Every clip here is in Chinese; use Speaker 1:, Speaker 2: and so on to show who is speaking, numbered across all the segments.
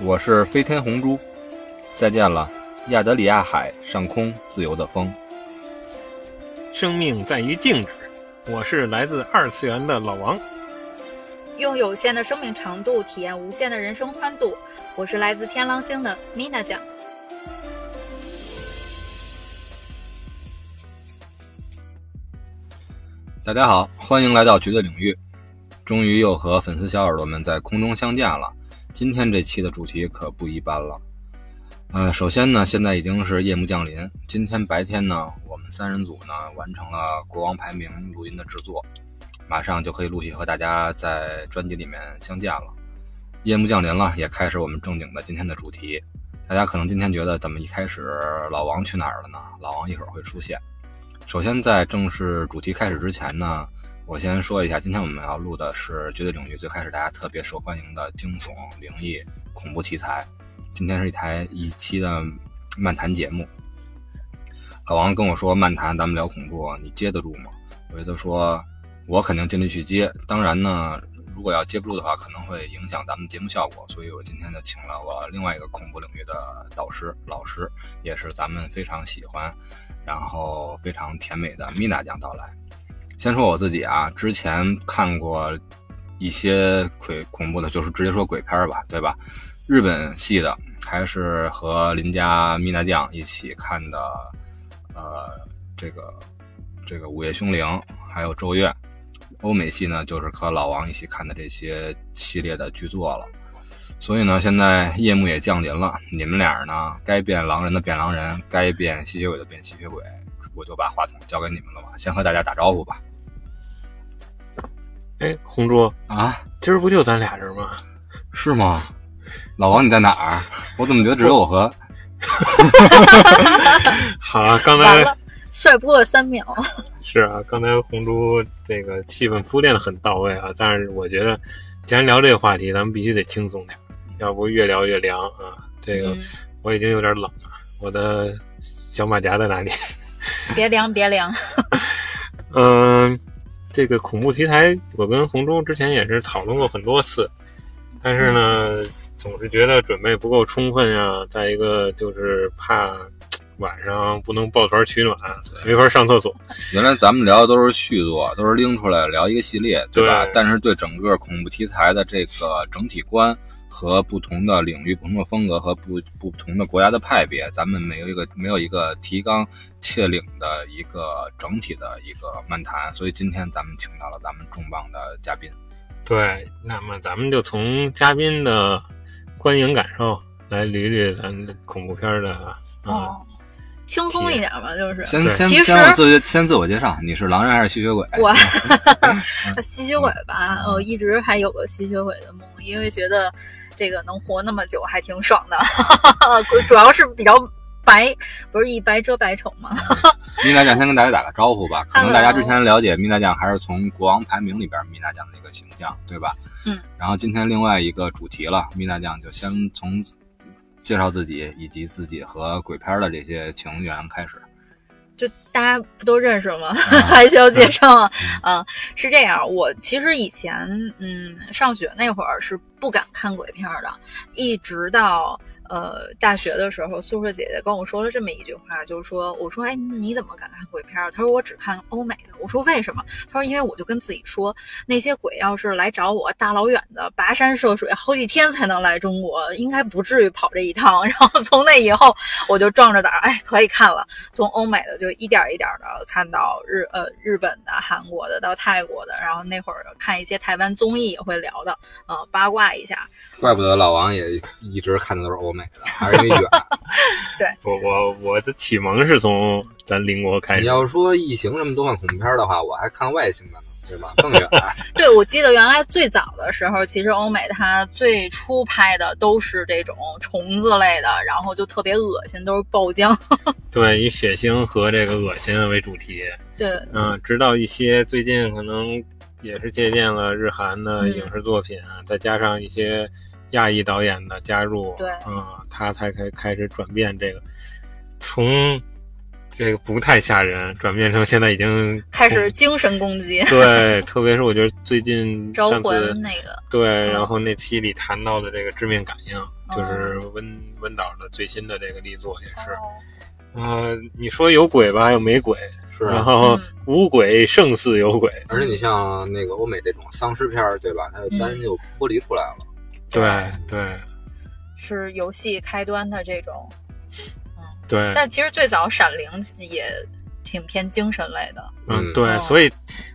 Speaker 1: 我是飞天红猪，再见了，亚得里亚海上空自由的风。
Speaker 2: 生命在于静止。我是来自二次元的老王，
Speaker 3: 用有限的生命长度体验无限的人生宽度。我是来自天狼星的米娜酱。
Speaker 1: 大家好，欢迎来到局的领域。终于又和粉丝小耳朵们在空中相见了。今天这期的主题可不一般了。呃，首先呢，现在已经是夜幕降临。今天白天呢，我们三人组呢完成了国王排名录音的制作，马上就可以陆续和大家在专辑里面相见了。夜幕降临了，也开始我们正经的今天的主题。大家可能今天觉得怎么一开始老王去哪儿了呢？老王一会儿会出现。首先，在正式主题开始之前呢，我先说一下，今天我们要录的是绝对领域最开始大家特别受欢迎的惊悚、灵异、恐怖题材。今天是一台一期的漫谈节目。老王跟我说漫谈，咱们聊恐怖，你接得住吗？我就说，我肯定尽力去接。当然呢，如果要接不住的话，可能会影响咱们节目效果。所以我今天就请了我另外一个恐怖领域的导师、老师，也是咱们非常喜欢，然后非常甜美的米娜酱到来。先说我自己啊，之前看过一些鬼恐怖的，就是直接说鬼片儿吧，对吧？日本系的，还是和邻家米娜酱一起看的，呃，这个这个《午夜凶铃》，还有《咒怨》。欧美系呢，就是和老王一起看的这些系列的剧作了。所以呢，现在夜幕也降临了，你们俩呢，该变狼人的变狼人，该变吸血鬼的变吸血鬼，我就把话筒交给你们了吧，先和大家打招呼吧。
Speaker 2: 哎，红猪，
Speaker 1: 啊，
Speaker 2: 今儿不就咱俩人吗？
Speaker 1: 是吗？老王你在哪儿？我怎么觉得只有我和……
Speaker 2: 好啊，刚
Speaker 3: 完
Speaker 2: 才
Speaker 3: 了，帅不过三秒。
Speaker 2: 是啊，刚才红猪这个气氛铺垫的很到位啊，但是我觉得，既然聊这个话题，咱们必须得轻松点，要不越聊越凉啊。这个
Speaker 3: 嗯，
Speaker 2: 我已经有点冷了，我的小马甲在哪里？
Speaker 3: 别凉，别凉。
Speaker 2: 嗯，这个恐怖题材，我跟红猪之前也是讨论过很多次，但是呢，总是觉得准备不够充分啊。再一个就是怕晚上不能抱团取暖，没法上厕所。
Speaker 1: 原来咱们聊的都是续作，都是拎出来聊一个系列，对吧？
Speaker 2: 对
Speaker 1: 但是对整个恐怖题材的这个整体观和不同的领域、不同的风格和不不同的国家的派别，咱们没有一个没有一个提纲挈领的一个整体的一个漫谈，所以今天咱们请到了咱们重磅的嘉宾。
Speaker 2: 对，那么咱们就从嘉宾的观影感受来捋捋咱的恐怖片的啊。
Speaker 3: 哦，轻松一点吧，就是。
Speaker 1: 先
Speaker 2: 对
Speaker 1: 先
Speaker 3: 其实
Speaker 1: 先我自先自我介绍，你是狼人还是吸血鬼？
Speaker 3: 我吸血鬼吧，
Speaker 2: 嗯
Speaker 3: 我一直还有个吸血鬼的梦，因为觉得这个能活那么久还挺爽的， 主要是比较白，不是一白遮百丑嘛。
Speaker 1: 米娜酱先跟大家打个招呼吧，可能大家之前了解米娜酱还是从国王排名里边米娜酱那个形象，对吧？
Speaker 3: 嗯。
Speaker 1: 然后今天另外一个主题了，米娜酱就先从介绍自己以及自己和鬼片的这些情缘开始。
Speaker 3: 就大家不都认识吗？ 还需要介绍吗？嗯，是这样，我其实以前嗯上学那会儿是不敢看鬼片儿的，一直到呃大学的时候，宿舍姐姐跟我说了这么一句话，就是说我说哎你怎么敢看鬼片儿？啊她说我只看欧美的。我说为什么？她说因为我就跟自己说，那些鬼要是来找我，大老远的跋山涉水，好几天才能来中国，应该不至于跑这一趟。 然后从那以后，我就壮着胆儿哎可以看了。从欧美的就一点儿一点的看到日呃日本的、韩国的到泰国的，然后那会儿看一些台湾综艺也会聊的，呃，八卦一下。
Speaker 1: 怪不得老王也一直看的都是欧美啊的，还是因为远。
Speaker 2: 我我我的启蒙是从咱邻国开
Speaker 1: 你
Speaker 2: 始，
Speaker 1: 要说异形什么都看恐怖片的话，我还看外星的呢，对吧？更远。
Speaker 3: 对，我记得原来最早的时候，其实欧美它最初拍的都是这种虫子类的，然后就特别恶心，都是爆浆。
Speaker 2: 对，以血腥和这个恶心为主题。
Speaker 3: 对，
Speaker 2: 嗯，直到一些最近可能也是借鉴了日韩的
Speaker 3: 嗯
Speaker 2: 影视作品，啊，再加上一些亚裔导演的加入，
Speaker 3: 对
Speaker 2: 嗯，他才开开始转变这个，从这个不太吓人，转变成现在已经
Speaker 3: 开始精神攻 击，
Speaker 2: 对，特别是我觉得最近
Speaker 3: 招
Speaker 2: 上次
Speaker 3: 魂那个，
Speaker 2: 对，
Speaker 3: 嗯
Speaker 2: 然后那期里谈到的这个致命感应，就是温温导的最新的这个力作也是，
Speaker 3: 哦
Speaker 2: 呃，你说有鬼吧，又没鬼，
Speaker 1: 是啊
Speaker 2: 然后
Speaker 3: 嗯
Speaker 2: 无鬼胜似有鬼，
Speaker 1: 而且你像那个欧美这种丧尸片儿，对吧？它的单就剥离出来了。
Speaker 2: 对对
Speaker 3: 是游戏开端的这种。
Speaker 2: 对，
Speaker 3: 但其实最早《闪灵》也挺偏精神类的，
Speaker 2: 嗯
Speaker 1: 嗯
Speaker 2: 对，
Speaker 3: 哦
Speaker 2: 所以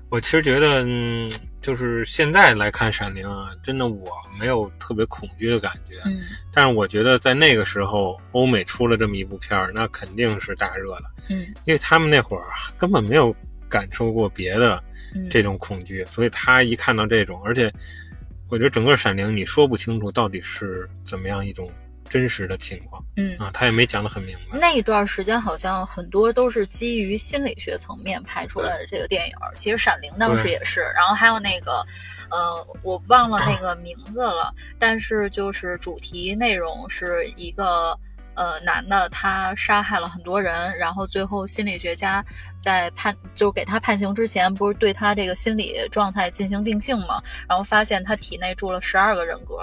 Speaker 2: 我其实觉得，嗯，就是现在来看《闪灵》啊，真的我没有特别恐惧的感觉，
Speaker 3: 嗯，
Speaker 2: 但是我觉得在那个时候，欧美出了这么一部片儿，那肯定是大热了，
Speaker 3: 嗯
Speaker 2: 因为他们那会儿啊根本没有感受过别的
Speaker 3: 嗯
Speaker 2: 这种恐惧，所以他一看到这种，而且我觉得整个《闪灵》你说不清楚到底是怎么样一种真实的情况
Speaker 3: 嗯。
Speaker 2: 啊，他也没讲得很明白。
Speaker 3: 那一段时间好像很多都是基于心理学层面拍出来的这个电影儿，其实《闪灵》当时
Speaker 2: 对
Speaker 3: 也是，然后还有那个，呃，我忘了那个名字了，但是就是主题内容是一个呃男的他杀害了很多人，然后最后心理学家在判就给他判刑之前，不是对他这个心理状态进行定性嘛，然后发现他体内住了十二个人格，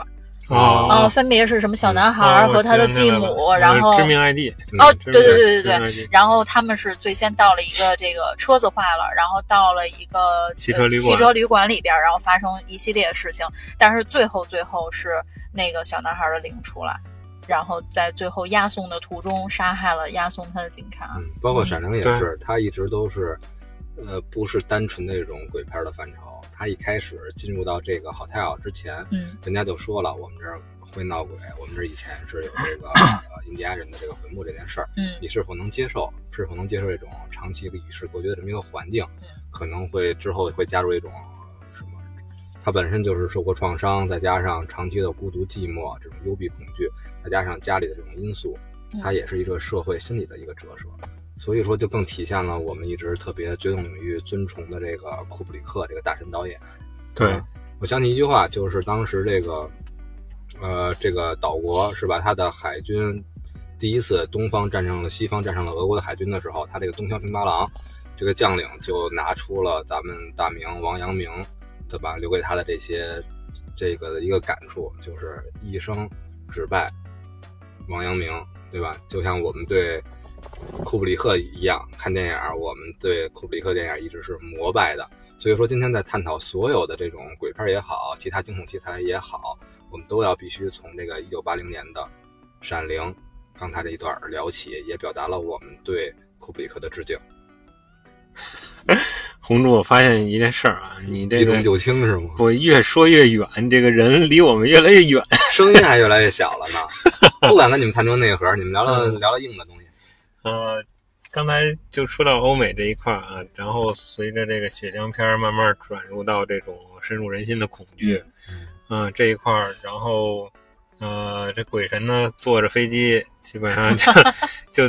Speaker 1: 哦
Speaker 3: 呃，分别是什么小男孩
Speaker 2: 啊
Speaker 3: 儿
Speaker 2: 我
Speaker 3: 和他的
Speaker 2: 记
Speaker 3: 继
Speaker 2: 得那个
Speaker 3: 母，
Speaker 2: 了
Speaker 3: 然后
Speaker 2: 致命 ID
Speaker 3: 哦，
Speaker 2: 致命
Speaker 3: 对对对对对
Speaker 2: ID
Speaker 3: 对。然后他们是最先到了一个这个车子坏了，然后到了一个
Speaker 2: 汽车旅
Speaker 3: 呃
Speaker 2: 馆
Speaker 3: 汽车旅馆里边，然后发生一系列事情，但是最后最后是那个小男孩的灵出来，然后在最后押送的途中杀害了押送他的警察。
Speaker 1: 嗯，包括《闪灵》也是，它一直都是，呃，不是单纯的这种鬼片的范畴。它一开始进入到这个 hotel 之前，
Speaker 3: 嗯
Speaker 1: 人家就说了，我们这儿会闹鬼，我们这儿以前是有这个呃 印第安人的这个坟墓这件事儿，
Speaker 3: 嗯
Speaker 1: 你是否能接受？是否能接受这种长期与世隔绝的这么一个环境
Speaker 3: 嗯？
Speaker 1: 可能会之后会加入一种呃什么？他本身就是受过创伤，再加上长期的孤独、寂寞这种幽闭恐惧，再加上家里的这种因素，
Speaker 3: 嗯
Speaker 1: 它也是一个社会心理的一个折射。所以说，就更体现了我们一直特别追动领域尊崇的这个库布里克这个大神导演。
Speaker 2: 对
Speaker 1: 嗯，我想起一句话，就是当时这个，呃，这个岛国是吧？他的海军第一次东方战胜了西方，战胜了俄国的海军的时候，他这个东乡平八郎这个将领就拿出了咱们大明王阳明，对吧？留给他的这些这个的一个感触，就是一生只拜王阳明，对吧？就像我们对。库布里克一样，看电影，我们对库布里克电影一直是膜拜的。所以说，今天在探讨所有的这种鬼片也好，其他惊悚题材也好，我们都要必须从这个一九八零年的《闪灵》刚才这一段儿聊起，也表达了我们对库布里克的致敬。
Speaker 2: 红柱，我发现一件事儿啊，你这
Speaker 1: 一
Speaker 2: 个
Speaker 1: 中九轻是吗？
Speaker 2: 我越说越远，这个人离我们越来越远。
Speaker 1: 声音还越来越小了呢，不敢跟你们探究内核，你们聊聊
Speaker 2: 嗯
Speaker 1: 聊聊硬的东西。
Speaker 2: 呃，刚才就说到欧美这一块儿啊，然后随着这个血浆片儿慢慢转入到这种深入人心的恐惧，嗯、这一块儿，然后呃，这鬼神呢坐着飞机，基本上就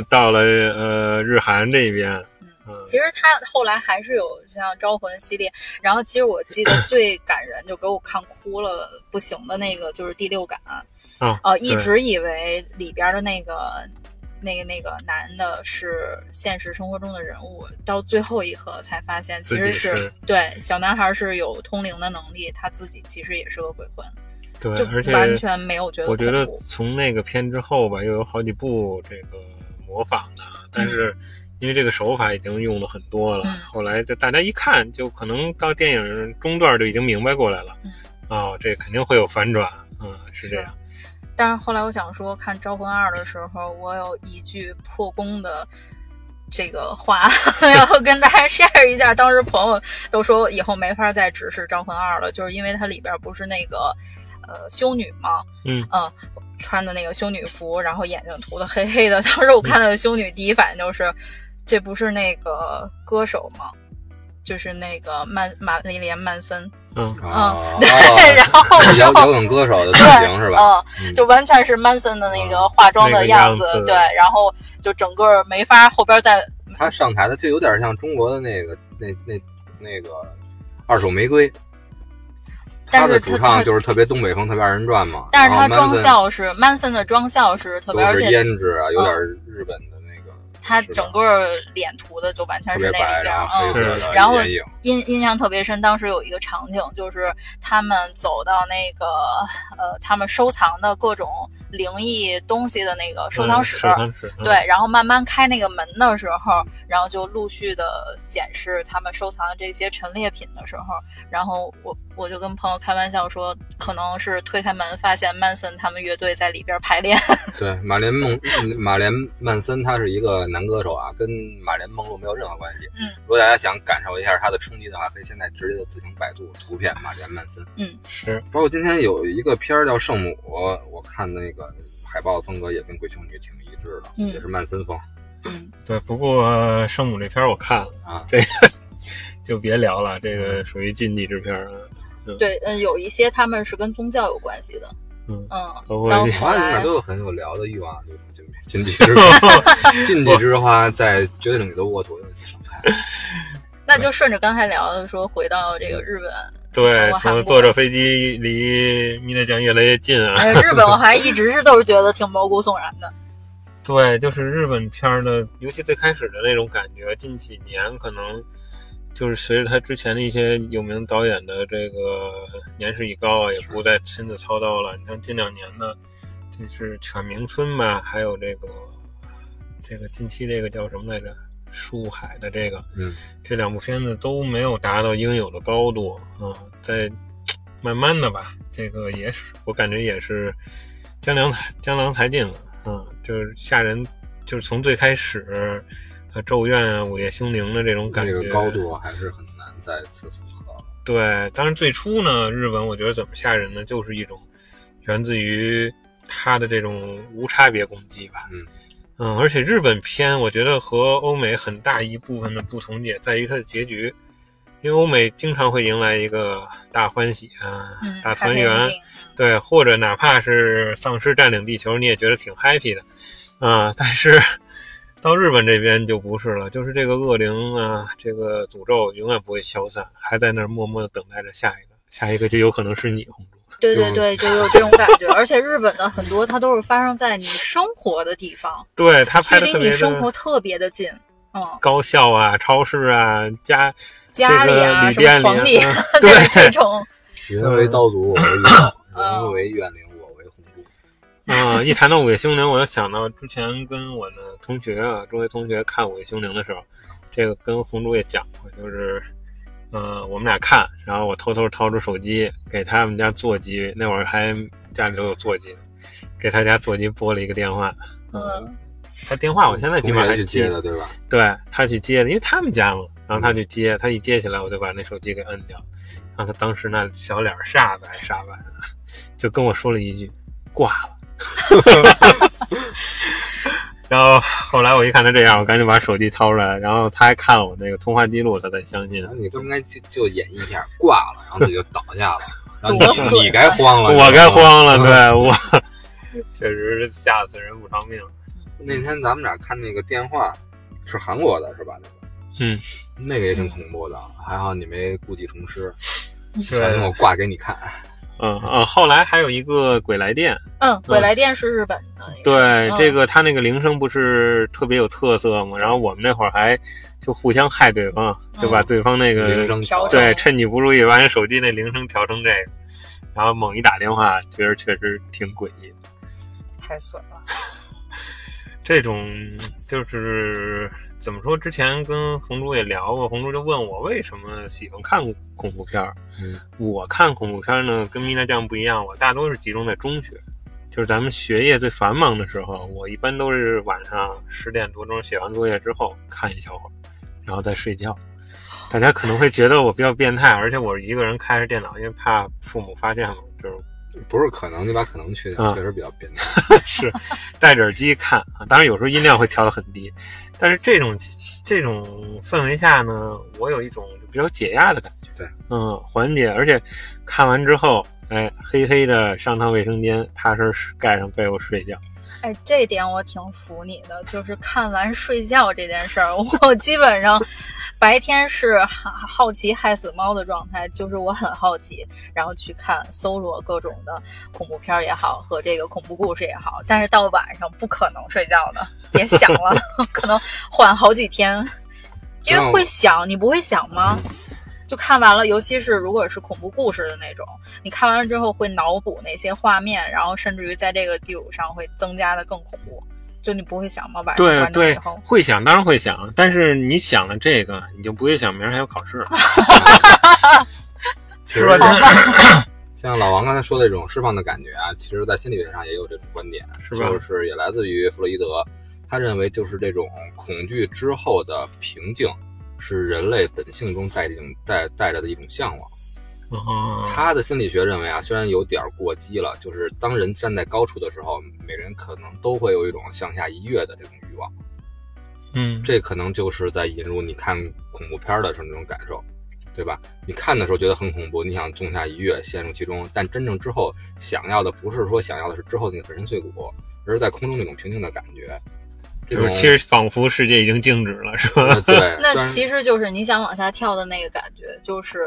Speaker 2: 就到了呃日韩这边，
Speaker 3: 嗯
Speaker 2: 嗯、
Speaker 3: 其实他后来还是有像《招魂》系列，然后其实我记得最感人，就给我看哭了不行的那个就是《第六感》，
Speaker 2: 啊，
Speaker 3: 呃，一
Speaker 2: 对
Speaker 3: 直以为里边的那个、那个、那个男的是现实生活中的人物，到最后一刻才发现，其
Speaker 2: 自己
Speaker 3: 实是
Speaker 2: 是
Speaker 3: 对小男孩是有通灵的能力，他自己其实也是个鬼魂，
Speaker 2: 对，
Speaker 3: 就
Speaker 2: 而且
Speaker 3: 完全没有觉得
Speaker 2: 我觉得
Speaker 3: 恐怖
Speaker 2: 从那个片之后吧，又有好几部这个模仿的，但是因为这个手法已经用了很多了，
Speaker 3: 嗯
Speaker 2: 后来就大家一看，就可能到电影中段就已经明白过来了
Speaker 3: 嗯，啊
Speaker 2: 哦，这肯定会有反转，嗯，是这样，
Speaker 3: 但是后来我想说，看《招魂二》的时候，我有一句破功的这个话 要跟大家 share 一下。当时朋友都说以后没法再直视《招魂二》了，就是因为它里边不是那个呃修女嘛，
Speaker 2: 嗯
Speaker 3: 呃穿的那个修女服，然后眼睛涂的黑黑的。当时我看到修女，第一反应就是、这不是那个歌手吗？就是那个曼玛丽莲曼森，
Speaker 2: 嗯，
Speaker 1: 啊，
Speaker 3: 对，然后我就
Speaker 1: 摇摇滚歌手的造型是吧？
Speaker 3: 嗯，就完全是 Manson 的那
Speaker 1: 嗯
Speaker 3: 个化妆的
Speaker 2: 那个
Speaker 3: 子，
Speaker 2: 样子
Speaker 3: 对，然后就整个没法后边再
Speaker 1: 他上台的就有点像中国的那个那那那个二手玫瑰，
Speaker 3: 但
Speaker 1: 他的
Speaker 3: 是他
Speaker 1: 主唱就是特别东北风，特别二人转嘛。
Speaker 3: 但是
Speaker 1: 然
Speaker 3: 他
Speaker 1: 后
Speaker 3: 妆
Speaker 1: Manson
Speaker 3: 效是 Manson 的妆效是特别，而
Speaker 1: 都是
Speaker 3: 且嗯
Speaker 1: 胭脂啊，有点日本的那个。
Speaker 3: 他
Speaker 1: 是的
Speaker 3: 整个脸涂的就完全
Speaker 1: 特
Speaker 3: 是
Speaker 1: 别
Speaker 3: 那里
Speaker 1: 白，
Speaker 3: 边
Speaker 1: 然
Speaker 3: 儿，
Speaker 1: 后
Speaker 3: 嗯
Speaker 1: 黑色的
Speaker 3: 然后
Speaker 1: 眼影，
Speaker 3: 印印象特别深，当时有一个场景，就是呃他们走到那个呃，他们收藏的各种灵异东西的那个收藏室，
Speaker 2: 收藏室，嗯
Speaker 3: 对，，然后慢慢开那个门的时候，然后就陆续的显示他们收藏的这些陈列品的时候，然后我我就跟朋友开玩笑说，可能是推开门发现曼森他们乐队在里边排练，
Speaker 1: 对，马莲梦，嗯马莲曼森他是一个男歌手啊，跟马莲梦露没有任何关系。
Speaker 3: 嗯
Speaker 1: 如果大家想感受一下他的冲击的话，可以现在直接的自行百度图片马莲曼森。
Speaker 3: 嗯，
Speaker 2: 是。
Speaker 1: 包括今天有一个片儿叫《圣母》，我看那个海报风格也跟《鬼修女》挺一致的，
Speaker 3: 嗯
Speaker 1: 也是曼森风
Speaker 3: 嗯
Speaker 2: 对，不过呃圣母这片儿我看了，
Speaker 1: 啊。
Speaker 2: 就别聊了，这个属于禁忌之片儿啊。
Speaker 3: 对，嗯，有一些他们是跟宗教有关系的，
Speaker 2: 嗯
Speaker 3: 嗯，
Speaker 2: 包括
Speaker 3: 到
Speaker 2: 一些
Speaker 3: 后
Speaker 1: 华里面
Speaker 3: 来
Speaker 1: 都有很有聊的欲望啊，这种禁禁忌 之禁忌之花，在《绝对领域》的沃土有一次上拍，
Speaker 3: 那就顺着刚才聊的说，回到这个日 本，
Speaker 2: 对
Speaker 3: 我，韩国
Speaker 2: 从坐着飞机离米内江越来越近啊。
Speaker 3: 哎，日本我还一直是都是觉得挺毛骨悚然的。
Speaker 2: 对，就是日本片儿的，尤其最开始的那种感觉，近几年可能就是随着他之前的一些有名导演的这个年事已高啊，也
Speaker 1: 是
Speaker 2: 不再亲自操刀了。你像近两年的，这是犬鸣村吧，还有这个这个近期这个叫什么来着？树海的这个，
Speaker 1: 嗯，
Speaker 2: 这两部片子都没有达到应有的高度啊、在慢慢的吧，这个也是我感觉也是江郎才江郎才尽了啊、就是吓人，就是从最开始啊咒怨啊午夜凶铃的这种感
Speaker 1: 这
Speaker 2: 觉
Speaker 1: 个高度还是很难再次复刻了。
Speaker 2: 对，当然最初呢，日本我觉得怎么吓人呢，就是一种源自于它的这种无差别攻击吧。
Speaker 1: 嗯
Speaker 2: 嗯而且日本片我觉得和欧美很大一部分的不同也在于它的结局，因为欧美经常会迎来一个大欢喜啊，
Speaker 3: 嗯，
Speaker 2: 大
Speaker 3: 看
Speaker 2: 团
Speaker 3: 电
Speaker 2: 圆，
Speaker 3: 影
Speaker 2: 对，或者哪怕是丧尸占领地球，你也觉得挺 happy 的，啊、但是到日本这边就不是了，就是这个恶灵啊，这个诅咒永远不会消散，还在那儿默默的等待着下一个，下一个就有可能是你，红珠。
Speaker 3: 对对对，就有这种感觉。而且日本的很多它都是发生在你生活的地方，
Speaker 2: 对他
Speaker 3: 距
Speaker 2: 拍的
Speaker 3: 离
Speaker 2: 特
Speaker 3: 你
Speaker 2: 别
Speaker 3: 生活
Speaker 2: 的
Speaker 3: 特别的近。嗯，
Speaker 2: 高校啊、超市啊、家
Speaker 3: 家里啊，
Speaker 2: 这个
Speaker 3: 什么
Speaker 2: 旅
Speaker 3: 床
Speaker 2: 店里 啊，
Speaker 3: 对这种，
Speaker 1: 人为刀俎，我为刀；
Speaker 3: 嗯
Speaker 1: 人为怨灵，我为红烛。
Speaker 2: 嗯，一谈到《午夜凶铃》，我就想到之前跟我的同学啊，中学同学看《午夜凶铃》的时候，这个跟红珠也讲过，就是，呃，我们俩看，然后我偷偷掏出手机给他们家座机，那会儿还家里都有座机，给他家座机拨了一个电话，
Speaker 3: 嗯，
Speaker 2: 他电话我现在基
Speaker 1: 同
Speaker 2: 本上
Speaker 1: 学
Speaker 2: 还
Speaker 1: 去
Speaker 2: 记
Speaker 1: 接
Speaker 2: 得，
Speaker 1: 的，对吧？
Speaker 2: 对他去接的，因为他们家嘛，然后
Speaker 1: 嗯
Speaker 2: 他去接，他一接起来我就把那手机给摁掉，然后他当时那小脸儿煞白煞白的，就跟我说了一句挂了。 然后后来我一看他这样，我赶紧把手机掏出来，然后他还看了我那个通话记录，他才相信
Speaker 1: 然。后你都应该就就演绎一下，挂了，然后自己就倒下了，然后
Speaker 3: 多损
Speaker 1: 你
Speaker 3: 啊
Speaker 1: 你该慌了，
Speaker 2: 我
Speaker 1: 你知
Speaker 2: 该
Speaker 1: 道吗。
Speaker 2: 慌了，对我确实吓死人不偿命。
Speaker 1: 那天咱们俩看那个电话，是韩国的，是吧？那个，
Speaker 2: 嗯，
Speaker 1: 那个也挺恐怖的，还好你没故技重施，
Speaker 2: 对
Speaker 1: 小，心我挂给你看。
Speaker 2: 嗯嗯，后来还有一个鬼来电，
Speaker 3: 嗯，鬼来电是日本的，
Speaker 2: 对，
Speaker 3: 嗯
Speaker 2: 这个他那个铃声不是特别有特色吗？然后我们那会儿还就互相害对方，就把对方那个
Speaker 1: 铃声
Speaker 3: 嗯调整
Speaker 2: 对，趁你不注意，把你手机那铃声调成这个，然后猛一打电话，觉得确实挺诡异的。
Speaker 3: 太损了。
Speaker 2: 这种就是怎么说？之前跟红珠也聊过，红珠就问我为什么喜欢看恐怖片儿。
Speaker 1: 嗯
Speaker 2: 我看恐怖片儿呢，跟咪娜酱不一样，我大多是集中在中学，就是咱们学业最繁忙的时候，我一般都是晚上十点多钟写完作业之后看一小会儿，然后再睡觉。大家可能会觉得我比较变态，而且我一个人开着电脑，因为怕父母发现嘛，就是
Speaker 1: 不是可能，你把可能去掉，
Speaker 2: 嗯
Speaker 1: 确实比较变态。
Speaker 2: 是戴着耳机看啊，当然有时候音量会调得很低，但是这种这种氛围下呢，我有一种比较解压的感觉，
Speaker 1: 对，
Speaker 2: 嗯，缓解，而且看完之后，哎，黑黑的上趟卫生间，踏实盖上被窝睡觉，
Speaker 3: 哎，这点我挺服你的，就是看完睡觉这件事儿，我基本上白天是好奇害死猫的状态，就是我很好奇，然后去看搜罗各种的恐怖片儿也好和这个恐怖故事也好，但是到晚上不可能睡觉的，别想了， 可能缓好几天，因为会想，你不会想吗？就看完了，尤其是如果是恐怖故事的那种，你看完了之后会脑补那些画面，然后甚至于在这个基础上会增加的更恐怖。就你不会想吗？晚上
Speaker 2: 对
Speaker 3: 关灯以
Speaker 2: 对
Speaker 3: 后，，
Speaker 2: 会想当然会想，但是你想了这个，你就不会想明儿还有考试了。
Speaker 1: 其实像老王刚才说的这种释放的感觉啊，其实在心理学上也有这种观点，
Speaker 2: 是吧
Speaker 1: 就是也来自于弗洛伊德，他认为就是这种恐惧之后的平静，是人类本性中带这种带带着的一种向往。
Speaker 2: 哦，
Speaker 1: 他的心理学认为啊，虽然有点儿过激了，就是当人站在高处的时候，每人可能都会有一种向下一跃的这种欲望，
Speaker 2: 嗯，
Speaker 1: 这可能就是在引入你看恐怖片儿的时候那种感受，对吧？你看的时候觉得很恐怖，你想纵下一跃，陷入其中，但真正之后想要的不是说想要的是之后那个粉身碎骨，而是在空中那种平静的感觉。这
Speaker 2: 就
Speaker 1: 种
Speaker 2: 是其实仿佛世界已经静止了，是吧？
Speaker 1: 呃对，虽
Speaker 3: 那
Speaker 1: 然
Speaker 3: 其实就是你想往下跳的那个感觉，就是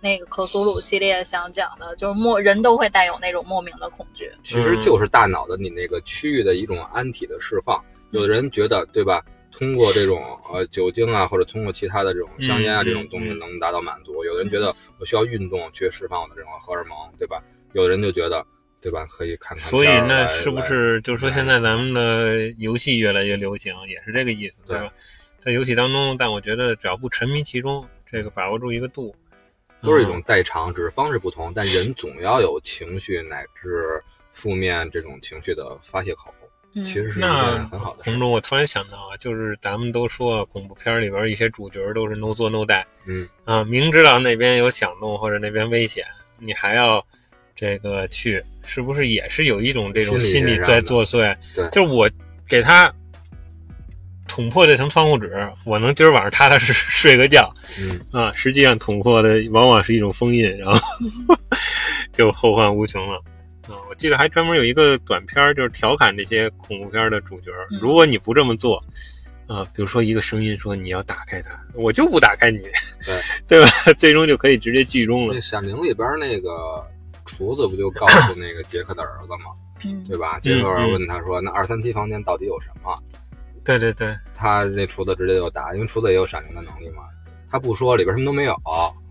Speaker 3: 那个克苏鲁系列想讲的，就是莫人都会带有那种莫名的恐惧。
Speaker 1: 其实
Speaker 2: 嗯
Speaker 1: 就是大脑的你那个区域的一种氨体的释放。有的人觉得，对吧？通过这种呃酒精啊，或者通过其他的这种香烟啊、
Speaker 2: 嗯
Speaker 1: 这种东西
Speaker 2: 嗯
Speaker 1: 能达到满足。有的人觉得我需要运动去释放我的这种荷尔蒙，对吧？有的人就觉得，对吧？可以看看
Speaker 2: 所以
Speaker 1: 片儿
Speaker 2: 那
Speaker 1: 来
Speaker 2: 是不
Speaker 1: 来
Speaker 2: 是就说现在咱们的游戏越来越流行，也是这个意思，
Speaker 1: 对
Speaker 2: 吧？在游戏当中，但我觉得只要不沉迷其中，这个把握住一个度，
Speaker 1: 都是一种
Speaker 2: 嗯
Speaker 1: 代偿，只是方式不同。但人总要有情绪乃至负面这种情绪的发泄口，
Speaker 3: 嗯，
Speaker 1: 其实是一
Speaker 2: 那
Speaker 1: 件很好的事
Speaker 2: 红。中，我突然想到啊，就是咱们都说恐怖片里边一些主角都是 no 做 no die，
Speaker 1: 嗯
Speaker 2: 啊，明知道那边有响动或者那边危险，你还要这个去，是不是也是有一种这种
Speaker 1: 心
Speaker 2: 心
Speaker 1: 理
Speaker 2: 理
Speaker 1: 上
Speaker 2: 在
Speaker 1: 的
Speaker 2: 作祟？
Speaker 1: 对
Speaker 2: 就是我给他捅破这层窗户纸，我能今儿晚上踏踏实实睡个觉
Speaker 1: 嗯，
Speaker 2: 啊。实际上捅破的往往是一种封印，然后 就后患无穷了。啊，我记得还专门有一个短片儿，就是调侃这些恐怖片儿的主角儿
Speaker 3: 嗯。
Speaker 2: 如果你不这么做，啊，比如说一个声音说你要打开它，我就不打开你，
Speaker 1: 对
Speaker 2: 对吧？ 最终就可以直接剧终
Speaker 1: 那
Speaker 2: 了。
Speaker 1: 《闪灵》里边那个厨子不 就告诉那个杰克的儿子吗？
Speaker 3: 嗯
Speaker 1: 对吧？杰克尔问他说：“那二三七房间到底有什么
Speaker 2: 对对对，？”
Speaker 1: 他那厨子直接就答，因为厨子也有闪灵的能力嘛。他不说里边什么都没有，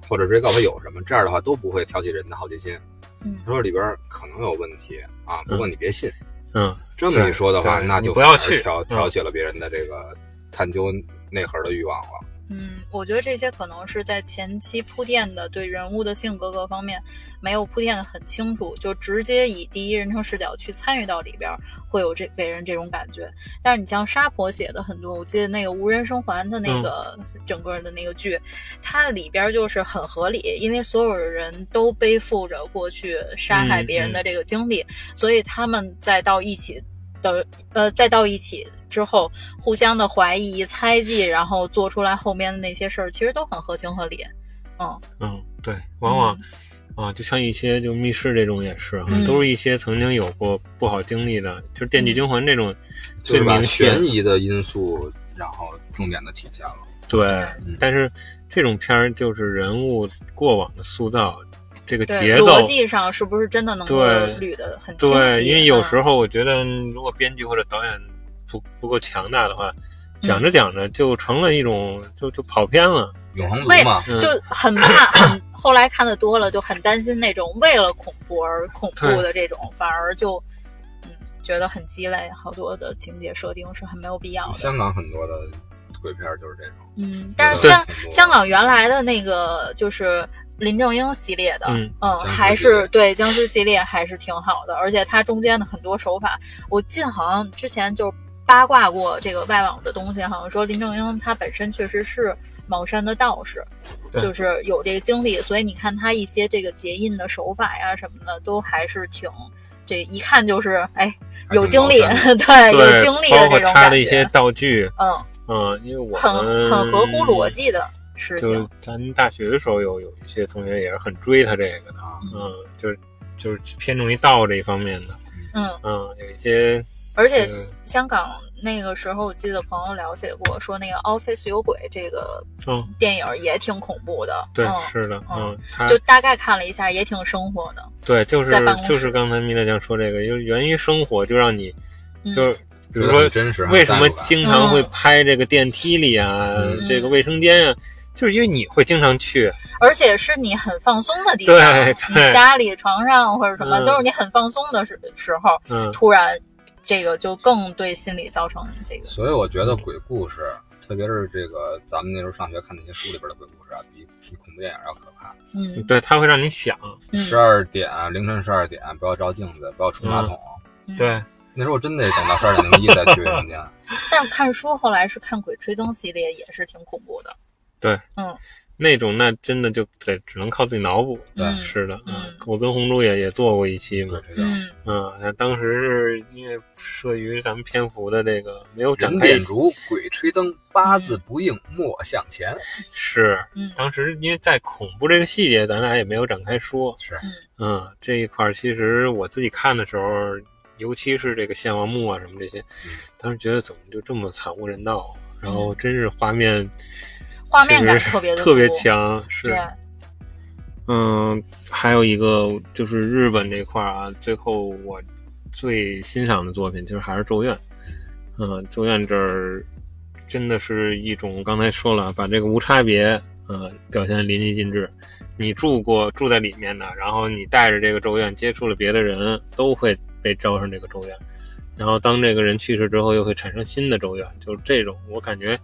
Speaker 1: 或者直接告诉他有什么，这样的话都不会挑起人的好奇心。
Speaker 3: 嗯
Speaker 1: 他说里边可能有问题啊，不过你别信。
Speaker 2: 嗯，
Speaker 1: 这么一说的话，
Speaker 2: 对
Speaker 1: 那就
Speaker 2: 你不要
Speaker 1: 反而
Speaker 2: 去
Speaker 1: 挑
Speaker 2: 嗯
Speaker 1: 挑起了别人的这个探究内核的欲望了。
Speaker 3: 嗯，我觉得这些可能是在前期铺垫的，对人物的性格各方面没有铺垫的很清楚，就直接以第一人称视角去参与到里边儿，会有这给人这种感觉。但是你像沙婆写的很多，我记得那个无人生还的那个、整个的那个剧，它里边儿就是很合理，因为所有人都背负着过去杀害别人的这个经历，所以他们再到一起的呃再到一起之后，互相的怀疑、猜忌，然后做出来后面的那些事儿，其实都很合情合理。
Speaker 2: 嗯，对，往往、啊，就像一些就密室这种也是啊，
Speaker 3: 嗯
Speaker 2: 都是一些曾经有过不好经历的，就是《电锯惊魂》这种
Speaker 1: 就
Speaker 2: 最
Speaker 1: 是把
Speaker 2: 明显
Speaker 1: 悬疑的因素，然后重点的体现了。
Speaker 2: 对
Speaker 1: 嗯，
Speaker 2: 但是这种片儿就是人物过往的塑造，这个
Speaker 3: 对，
Speaker 2: 节奏
Speaker 3: 逻，辑上是不是真的能够
Speaker 2: 对
Speaker 3: 捋得很清
Speaker 2: 对，
Speaker 3: 晰？嗯
Speaker 2: 因为有时
Speaker 3: 候，
Speaker 2: 候我觉得，如果编剧或者导演不不够强大的话，讲着
Speaker 3: 嗯
Speaker 2: 讲着就成了一种就就跑偏了，
Speaker 1: 永恒族
Speaker 3: 喂
Speaker 1: 嘛，
Speaker 2: 嗯
Speaker 3: 就很怕，很后来看的多了，就很担心那种为了恐怖而恐怖
Speaker 2: 对
Speaker 3: 的这种，反而就嗯觉得很鸡肋，好多的情节设定是很没有必要的。
Speaker 1: 香港很多的鬼片就是这种。
Speaker 3: 嗯，但是
Speaker 1: 对
Speaker 3: 香香港原来的那个就是林正英系列的，
Speaker 2: 嗯
Speaker 1: 僵尸
Speaker 3: 还
Speaker 1: 系列
Speaker 3: 是对僵尸系列还是挺好的，而且它中间的很多手法，我记得好像之前就八卦过这个外网的东西，好像说林正英他本身确实是茅山的道士，
Speaker 2: 对
Speaker 3: 就是有这个经历，所以你看他一些这个结印的手法呀什么的，都还是挺。这一看就是哎，有经历，
Speaker 1: 还
Speaker 3: 对，有
Speaker 2: 对，
Speaker 3: 经历
Speaker 2: 包括
Speaker 3: 这种
Speaker 2: 他
Speaker 3: 感
Speaker 2: 的一些
Speaker 3: 觉，
Speaker 2: 道具，
Speaker 3: 嗯，
Speaker 2: 嗯，因为我
Speaker 3: 很
Speaker 2: 们
Speaker 3: 很合乎逻。辑的事
Speaker 2: 就
Speaker 3: 情。
Speaker 2: 咱大学的时候有有一些同学也是很追他这个的，嗯
Speaker 1: 啊，
Speaker 2: 嗯，就是就是偏重于道这一方面的，
Speaker 3: 嗯
Speaker 2: 嗯，有一些
Speaker 3: 而且
Speaker 2: 嗯
Speaker 3: 香港那个时候，我记得朋友了解过，说那个《Office 有鬼》这个
Speaker 2: 哦，
Speaker 3: 电影也挺恐怖的，
Speaker 2: 对，
Speaker 3: 嗯，
Speaker 2: 是的，
Speaker 3: 嗯
Speaker 2: 嗯，他
Speaker 3: 就大概看了一下，也挺生活的，
Speaker 2: 对，就是
Speaker 3: 在办公室
Speaker 2: 就是刚才米娜酱说这个，就是源于生活，就让你
Speaker 3: 嗯
Speaker 2: 就是
Speaker 1: 觉
Speaker 2: 比如
Speaker 1: 得
Speaker 2: 说
Speaker 1: 很真实，很啊
Speaker 2: 为什么
Speaker 1: 代入感
Speaker 2: 经常会拍这个电梯里啊，
Speaker 1: 嗯
Speaker 2: 这个卫生间啊，就是因为你会经常去，
Speaker 3: 而且是你很放松的地方，
Speaker 2: 对
Speaker 3: 你
Speaker 2: 对
Speaker 3: 家里床上或者什么，
Speaker 2: 嗯
Speaker 3: 都是你很放松的时时候，
Speaker 2: 嗯，
Speaker 3: 突然这个就更对心理造成这个，
Speaker 1: 所以我觉得鬼故事，特别是这个咱们那时候上学看那些书里边的鬼故事啊，比比恐怖电影要可怕。
Speaker 3: 嗯
Speaker 2: 对，它会让你想，
Speaker 3: 嗯，
Speaker 1: 十
Speaker 2: 啊
Speaker 1: 二点，啊凌晨十二点，不要照镜子，不要冲马桶。
Speaker 3: 嗯。
Speaker 2: 对，
Speaker 1: 那时候真得等到十二点零一再去卫生 间。
Speaker 3: 但是看书后来是看《鬼吹灯》系列，也是挺恐怖的。
Speaker 2: 对，
Speaker 3: 嗯
Speaker 2: 那种那真的就得只能靠自己脑补，
Speaker 1: 对
Speaker 3: 嗯
Speaker 2: 是的，
Speaker 3: 嗯
Speaker 2: 我跟红珠也也做过一期嘛
Speaker 1: 鬼，吹灯，
Speaker 3: 嗯
Speaker 2: 嗯，那当时是因为慑于咱们篇幅的这个没有展
Speaker 1: 人
Speaker 2: 嗯开一
Speaker 1: 点
Speaker 2: 起，
Speaker 1: 烛，鬼吹灯，八字不应莫向前。
Speaker 2: 是
Speaker 3: 嗯
Speaker 2: 当时因为在恐怖这个细节，咱俩也没有展开说，
Speaker 1: 是
Speaker 2: 嗯，这一块儿其实我自己看的时候，尤其是这个献王墓啊什么这些，
Speaker 3: 嗯
Speaker 2: 当时觉得怎么就这么惨无人道，然后真是画面
Speaker 3: 画面感
Speaker 2: 其实
Speaker 3: 特别的
Speaker 2: 特别
Speaker 3: 足
Speaker 2: 强，是
Speaker 3: 对，
Speaker 2: 嗯，还有一个就是日本这块儿啊，最后我最欣赏的作品其实还是《咒怨》。嗯，《咒怨》这儿真的是一种刚才说了，啊把这个无差别，呃，表现得淋漓尽致。你住过住在里面的，然后你带着这个咒怨接触了别的人，都会被招上这个咒怨。然后当这个人去世之后，又会产生新的咒怨，就是这种。我感觉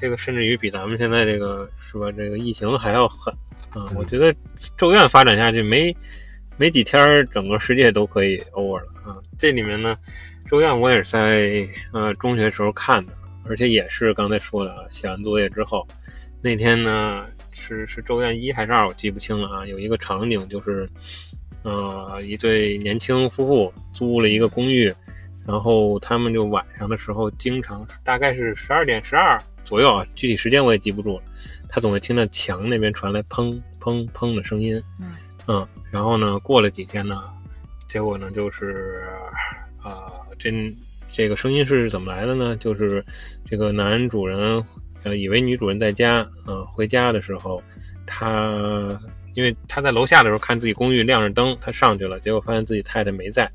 Speaker 2: 这个甚至于比咱们现在这个是吧，这个疫情还要狠啊、
Speaker 1: 嗯
Speaker 2: 我觉得咒怨发展下去没没几天儿，整个世界都可以 over 了啊。这里面呢，咒怨我也是在呃中学时候看的，而且也是刚才说的啊，写完作业之后，那天呢是是咒怨一还是二，我记不清了啊。有一个场景就是，呃，一对年轻夫妇租了一个公寓，然后他们就晚上的时候经常大概是十二点十二左右啊，具体时间我也记不住了，他总会听到墙那边传来砰砰砰的声音。
Speaker 3: 嗯
Speaker 2: 嗯，然后呢，过了几天呢，结果呢就是啊、这这个声音是怎么来的呢？就是这个男主人呃以为女主人在家，呃回家的时候，他因为他在楼下的时候看自己公寓亮着灯，他上去了，结果发现自己太太没在，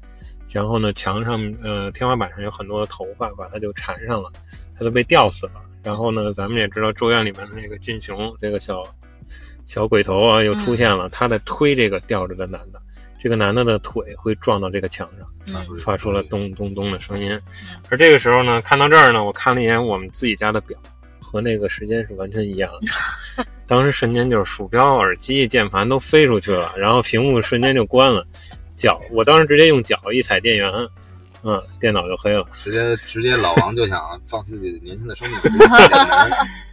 Speaker 2: 然后呢墙上呃天花板上有很多的头发，把他就缠上了，他就被吊死了。然后呢，咱们也知道《咒怨》里面的那个俊雄这个小小鬼头啊又出现了，他在推这个吊着的男的，这个男的的腿会撞到这个墙上。
Speaker 1: 发
Speaker 3: 嗯
Speaker 1: 出
Speaker 2: 发出了咚咚咚的声音。而这个时候呢，看到这儿呢，我看了一眼我们自己家的表，和那个时间是完全一 样的。当时瞬间就是鼠标、耳机、键盘都飞出去了，然后屏幕瞬间就关了。脚，我当时直接用脚一踩电源，嗯，电脑就黑了。
Speaker 1: 直接直接老王就想放弃自己年轻的生 命。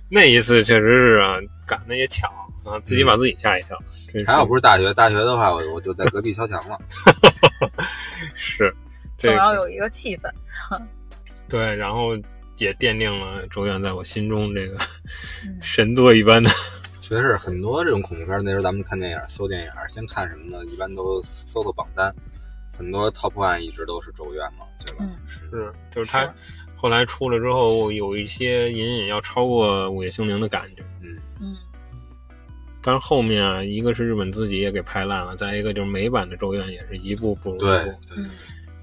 Speaker 2: 那一次确实是啊，赶的也巧啊，自己把自己吓一跳。真
Speaker 1: 嗯还好不是大学，大学的话我我就在隔壁敲墙了。
Speaker 2: 是，这
Speaker 3: 总
Speaker 2: 个
Speaker 3: 要有一个气氛。
Speaker 2: 对，然后也奠定了周远在我心中这个
Speaker 3: 嗯
Speaker 2: 神作一般的
Speaker 1: 确实是很多这种恐怖片儿，那时候咱们看电影、搜电影，先看什么呢？一般都搜搜榜单，很多 top one 一直都是《咒怨》嘛，对吧？
Speaker 3: 嗯
Speaker 1: 是
Speaker 2: 是，就是他
Speaker 3: 是
Speaker 2: 后来出了之后，有一些隐隐要超过《午夜凶铃》的感觉。
Speaker 3: 嗯
Speaker 2: 但是后面啊，一个是日本自己也给拍烂了，再一个就是美版的《咒怨》也是一步不如一步，
Speaker 1: 对对
Speaker 3: 嗯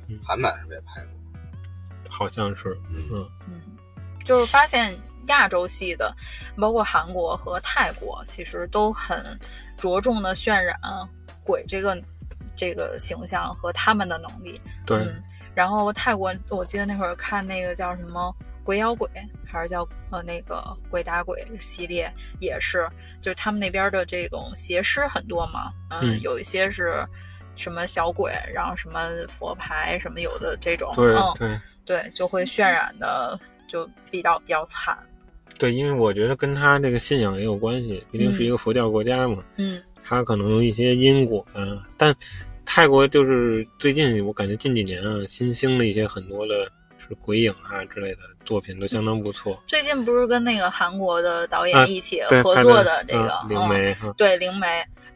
Speaker 1: 对，韩版是不是也拍过？
Speaker 2: 好像是
Speaker 1: 嗯，
Speaker 2: 嗯，
Speaker 3: 嗯，就是发现亚洲系的，包括韩国和泰国，其实都很着重的渲染鬼这个这个形象和他们的能力。
Speaker 2: 对，
Speaker 3: 嗯，然后泰国，我记得那会儿看那个叫什么《鬼咬鬼》，还是叫呃那个《鬼打鬼》系列，也是，就是他们那边的这种邪师很多嘛，
Speaker 2: 嗯
Speaker 3: 有一些是什么小鬼，然后什么佛牌，什么有的这种，
Speaker 2: 对
Speaker 3: 嗯，
Speaker 2: 对
Speaker 3: 对，就会渲染的就比较比较惨，
Speaker 2: 对，因为我觉得跟他这个信仰也有关系，毕竟是一个佛教国家嘛，
Speaker 3: 嗯
Speaker 2: 他可能有一些因果啊。但泰国就是最近我感觉近几年啊，新兴的一些很多的是鬼影啊之类的作品都相当不错。
Speaker 3: 最近不是跟那个韩国的导
Speaker 2: 啊
Speaker 3: 演一起
Speaker 2: 对，
Speaker 3: 合
Speaker 2: 拍
Speaker 3: 作的这个
Speaker 2: 啊灵
Speaker 3: 嗯
Speaker 2: 媒啊，
Speaker 3: 对灵媒，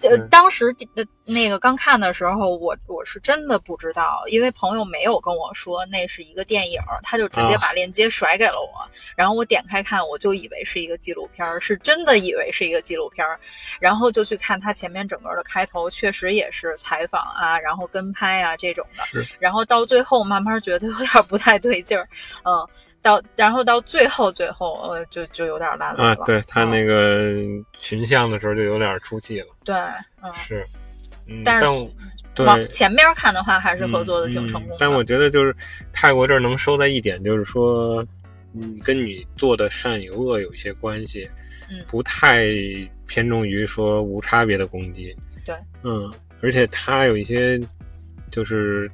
Speaker 3: 呃
Speaker 2: 嗯，
Speaker 3: 当时呃那个刚看的时候，我我是真的不知道，因为朋友没有跟我说那是一个电影，他就直接把链接甩给了我，
Speaker 2: 啊
Speaker 3: 然后我点开看，我就以为是一个纪录片儿，是真的以为是一个纪录片儿，然后就去看它前面整个的开头，确实也是采访啊，然后跟拍啊这种的，
Speaker 2: 是
Speaker 3: 然后到最后慢慢觉得有点不太对劲儿，嗯，到然后到最后最后呃就就有点烂尾了
Speaker 2: 啊，对他
Speaker 3: 嗯
Speaker 2: 那个群像的时候就有点出戏了，
Speaker 3: 对，嗯，
Speaker 2: 是，嗯，但
Speaker 3: 但是
Speaker 2: 我对
Speaker 3: 往前面看的话还是合作的
Speaker 2: 嗯
Speaker 3: 挺成功的，
Speaker 2: 嗯但我觉得就是泰国这儿能收在一点，就是说，嗯，跟你做的善与恶有一些关系，
Speaker 3: 嗯
Speaker 2: 不太偏重于说无差别的攻击。
Speaker 3: 对，
Speaker 2: 嗯，而且它有一些就是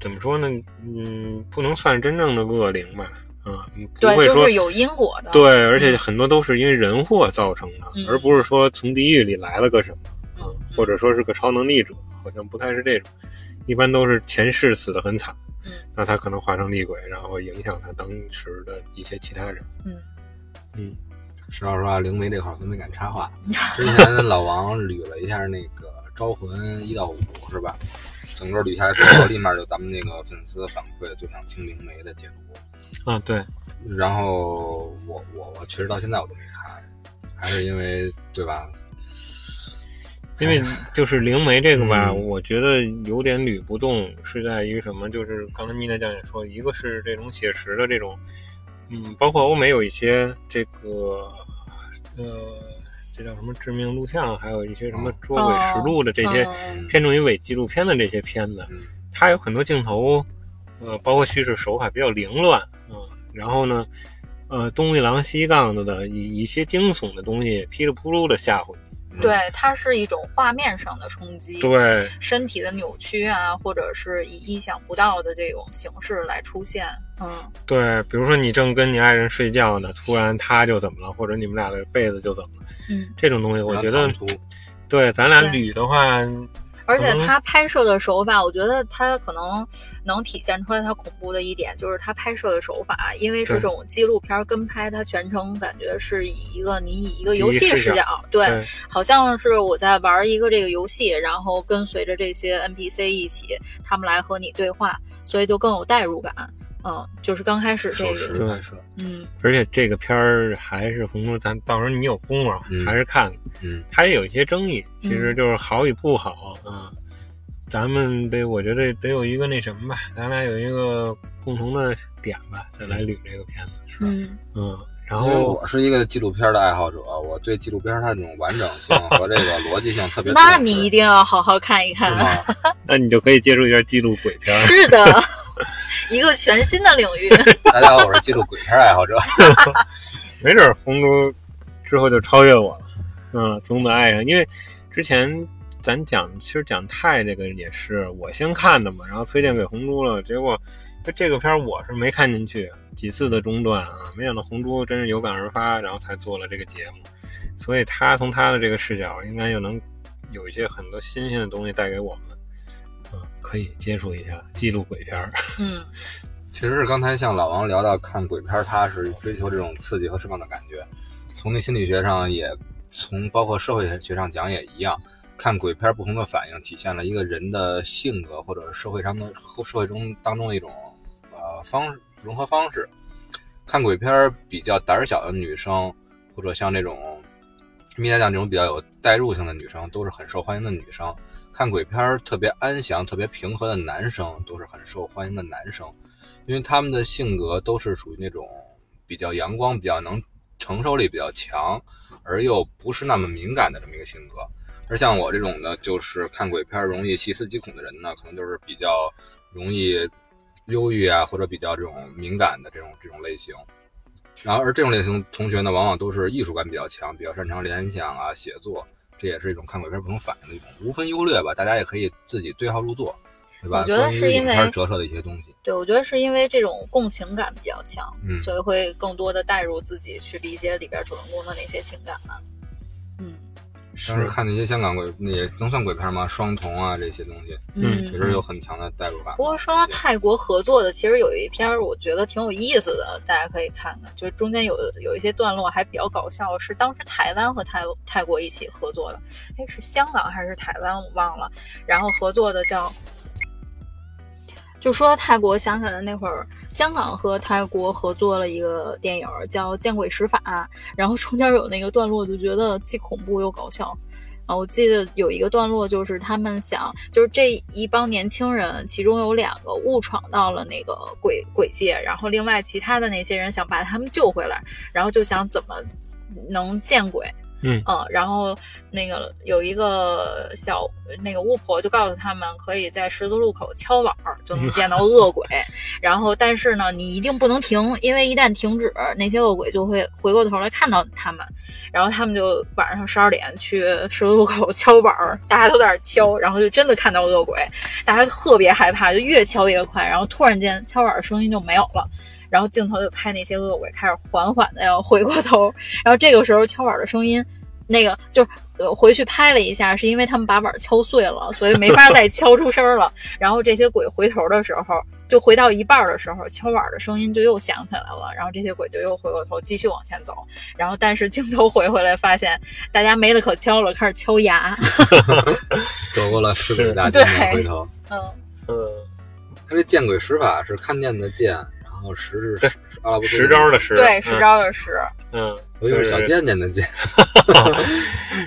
Speaker 2: 怎么说呢，嗯，不能算是真正的恶灵吧，啊、嗯，不
Speaker 3: 对
Speaker 2: 会
Speaker 3: 就
Speaker 2: 说
Speaker 3: 是有因果的，
Speaker 2: 对，而且很多都是因为人祸造成的，
Speaker 3: 嗯
Speaker 2: 而不是说从地狱里来了个什么，
Speaker 3: 嗯
Speaker 2: 啊，或者说是个超能力者，好像不太是这种，一般都是前世死得很惨，
Speaker 3: 嗯
Speaker 2: 那他可能化成厉鬼，然后影响他当时的一些其他人。
Speaker 3: 嗯
Speaker 2: 嗯，
Speaker 1: 实话实话，灵媒这块儿我都没敢插 话。之前老王捋了一下那个《招魂》一到五，是吧？整个捋下来之后，立马就咱们那个粉丝反馈就想听灵媒的解读。
Speaker 2: 啊，对，
Speaker 1: 然后我我我其实到现在我都没看，还是因为对吧？
Speaker 2: 因为就是灵媒这个吧，
Speaker 1: 哎嗯
Speaker 2: 我觉得有点捋不动，是在于什么？就是刚才米娜酱也说，一个是这种写实的这种，嗯，包括欧美有一些这个，呃，这叫什么致命录像，还有一些什
Speaker 1: 嗯
Speaker 2: 么捉鬼实录的这些，
Speaker 3: 嗯
Speaker 2: 偏重于伪纪录片的这些片子，
Speaker 1: 哦嗯
Speaker 2: 它有很多镜头，呃，包括叙事手法比较凌乱啊、然后呢，呃，东一榔西杠子的，以一些惊悚的东西噼里扑噜的吓唬你，
Speaker 1: 嗯
Speaker 3: 对，它是一种画面上的冲击，
Speaker 2: 对。
Speaker 3: 身体的扭曲啊，或者是以意想不到的这种形式来出现，嗯
Speaker 2: 对，比如说你正跟你爱人睡觉呢，突然他就怎么了，或者你们俩的被子就怎么了，
Speaker 3: 嗯，
Speaker 2: 这种东西我觉得
Speaker 1: 然，后唐突
Speaker 2: 对，咱俩
Speaker 3: 对
Speaker 2: 捋的话，
Speaker 3: 而且
Speaker 2: 嗯
Speaker 3: 它拍摄的手法，我觉得它可能能体现出来它恐怖的一点，就是它拍摄的手法，因为是
Speaker 2: 对
Speaker 3: 这种纪录片跟拍，它全程感觉是以一个你以一个
Speaker 2: 第一
Speaker 3: 游戏
Speaker 2: 视
Speaker 3: 视
Speaker 2: 角
Speaker 3: 角，对，
Speaker 2: 对
Speaker 3: 好像是我在玩一个这个游戏，然后跟随着这些 NPC 一起，他们来和你对话，所以就更有代入感。嗯，就是刚开始这
Speaker 1: 手
Speaker 3: 个，
Speaker 1: 持拍摄，
Speaker 3: 嗯，
Speaker 2: 而且这个片儿还是红说，咱到时候你有功夫啊
Speaker 1: 嗯
Speaker 2: 还是看，
Speaker 1: 嗯，
Speaker 2: 它也有一些争议，其实就是好与不好啊、咱们得，我觉得得有一个那什么吧，咱俩有一个共同的点吧，再来捋这个片子。是
Speaker 3: 嗯，
Speaker 2: 嗯，然
Speaker 1: 因为
Speaker 2: 后
Speaker 1: 我是一个纪录片的爱好者，我对纪录片它那种完整性和这个逻辑性特别重视。
Speaker 3: 那你一定要好好看一看
Speaker 1: 是。吗？
Speaker 2: 那你就可以接触一下记录鬼片儿。
Speaker 3: 是的， 一个全新的领域。
Speaker 1: 大家好，我是纪录鬼片爱好者。
Speaker 2: 没准儿红猪之后就超越我了，嗯，从此爱上。因为之前咱讲，其实讲泰这个也是我先看的嘛，然后推荐给红猪了，结果就这个片儿我是没看进去，几次的中断啊，没想到红猪真是有感而发，然后才做了这个节目，所以他从他的这个视角，应该又能有一些很多新鲜的东西带给我们。嗯，可以接触一下记录鬼片儿，
Speaker 3: 嗯
Speaker 1: 其实是刚才像老王聊到看鬼片，他是追求这种刺激和释放的感觉。从那心理学上也，从包括社会学上讲也一样。看鬼片不同的反应，体现了一个人的性格或者是社会上的社会中当中的一种呃方式融合方式。看鬼片比较胆小的女生，或者像这种蜜娜酱这种比较有代入性的女生，都是很受欢迎的女生。看鬼片特别安详、特别平和的男生，都是很受欢迎的男生。因为他们的性格都是属于那种比较阳光、比较能承受力比较强，而又不是那么敏感的这么一个性格。而像我这种呢，就是看鬼片儿容易细思极恐的人呢，可能就是比较容易忧郁啊，或者比较这种敏感的这种这种类型。然后，而这种类型的同学呢，往往都是艺术感比较强，比较擅长联想啊、写作，这也是一种看鬼片儿不同反应的一种，无分优劣吧。大家也可以自己对号入座，对吧？
Speaker 3: 我觉得
Speaker 1: 关于
Speaker 3: 是因
Speaker 1: 影片儿
Speaker 3: 为
Speaker 1: 折射的一些东西。
Speaker 3: 对，我觉得是因为这种共情感比较强，
Speaker 1: 嗯
Speaker 3: 所以会更多的带入自己去理解里边主人公的那些情感吧。嗯，
Speaker 1: 当时看那些香港鬼，那也能算鬼片吗？双瞳啊这些东西，
Speaker 2: 嗯
Speaker 1: 其实有很强的代入感。
Speaker 3: 不过说到泰国合作的，其实有一篇我觉得挺有意思的，大家可以看看，就是中间有有一些段落还比较搞笑，是当时台湾和泰泰国一起合作的，哎，是香港还是台湾我忘了，然后合作的叫。就说到泰国，想起来那会儿香港和泰国合作了一个电影儿叫《见鬼使法》，然后中间有那个段落，就觉得既恐怖又搞笑。啊，我记得有一个段落，就是他们想，就是这一帮年轻人，其中有两个误闯到了那个鬼鬼界，然后另外其他的那些人想把他们救回来，然后就想怎么能见鬼。啊
Speaker 2: 嗯
Speaker 3: 然后那个有一个小那个巫婆就告诉他们，可以在十字路口敲碗儿就能见到恶鬼， 然后但是呢，你一定不能停，因为一旦停止，那些恶鬼就会回过头来看到他们，然后他们就晚上十二点去十字路口敲板儿，大家都在那儿敲，然后就真的看到恶鬼，大家特别害怕，就越敲越快，然后突然间敲板儿声音就没有了。然后镜头就拍那些恶鬼开始缓缓的要回过头，然后这个时候敲碗的声音，那个就是呃回去拍了一下，是因为他们把碗敲碎了，所以没法再敲出声儿了。然后这些鬼回头的时候，就回到一半儿的时候，敲碗的声音就又响起来了，然后这些鬼就又回过头继续往前走。然后但是镜头回回来，发现大家没得可敲了，开始敲牙。
Speaker 1: 走过了世
Speaker 2: 是
Speaker 1: 鬼大惊
Speaker 3: 对
Speaker 1: 回头，
Speaker 3: 嗯，
Speaker 2: 嗯，
Speaker 1: 他这见鬼使法是看见的见，然后十是
Speaker 2: 对
Speaker 1: 十阿拉伯数字
Speaker 2: 十招，的十，
Speaker 3: 对，
Speaker 2: 嗯
Speaker 3: 十，招的十，
Speaker 2: 嗯，
Speaker 1: 我以为
Speaker 2: 就是
Speaker 1: 小贱贱的贱。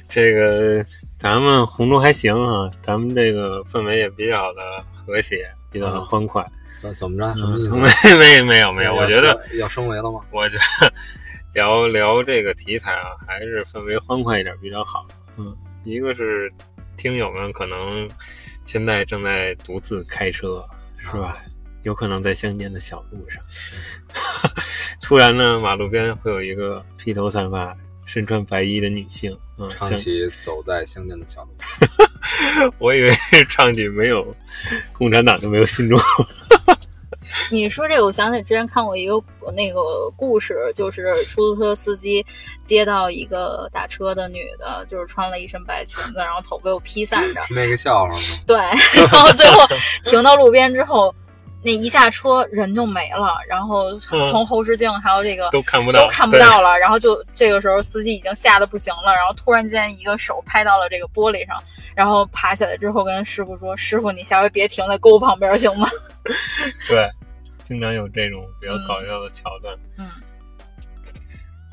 Speaker 2: 这个咱们红州还行啊，咱们这个氛围也比较的和谐，比较的欢快。
Speaker 1: 怎怎么着？什么意思？
Speaker 2: 没没没嗯有没有，我觉得
Speaker 1: 要要升维了吗？
Speaker 2: 我觉得 聊聊这个题材啊，还是氛围欢快一点比较好。嗯，一个是听友们可能现在正在独自开车，是吧？有可能在乡间的小路上， 突然呢，马路边会有一个披头散发、身穿白衣的女性，嗯，
Speaker 1: 唱
Speaker 2: 像
Speaker 1: 起走在乡间的小路，
Speaker 2: 我以为是唱起没有共产党就没有新 中国。
Speaker 3: 你说这，个，我想起之前看过一个那个故事，就是出租车司机接到一个打车的女的，就是穿了一身白裙子，然后头发又披散着，
Speaker 1: 是那个笑话吗？
Speaker 3: 对，然后最后停到路边之后，那一下车人就没了，然后从后视镜还有这个
Speaker 2: 嗯都看不到
Speaker 3: 都看不到了，然后就这个时候司机已经吓得不行了，然后突然间一个手拍到了这个玻璃上，然后爬起来之后跟师傅说：“师傅，你下回别停在沟旁边行吗
Speaker 2: 对，经常有这种比较搞笑的桥段。？”
Speaker 3: 嗯，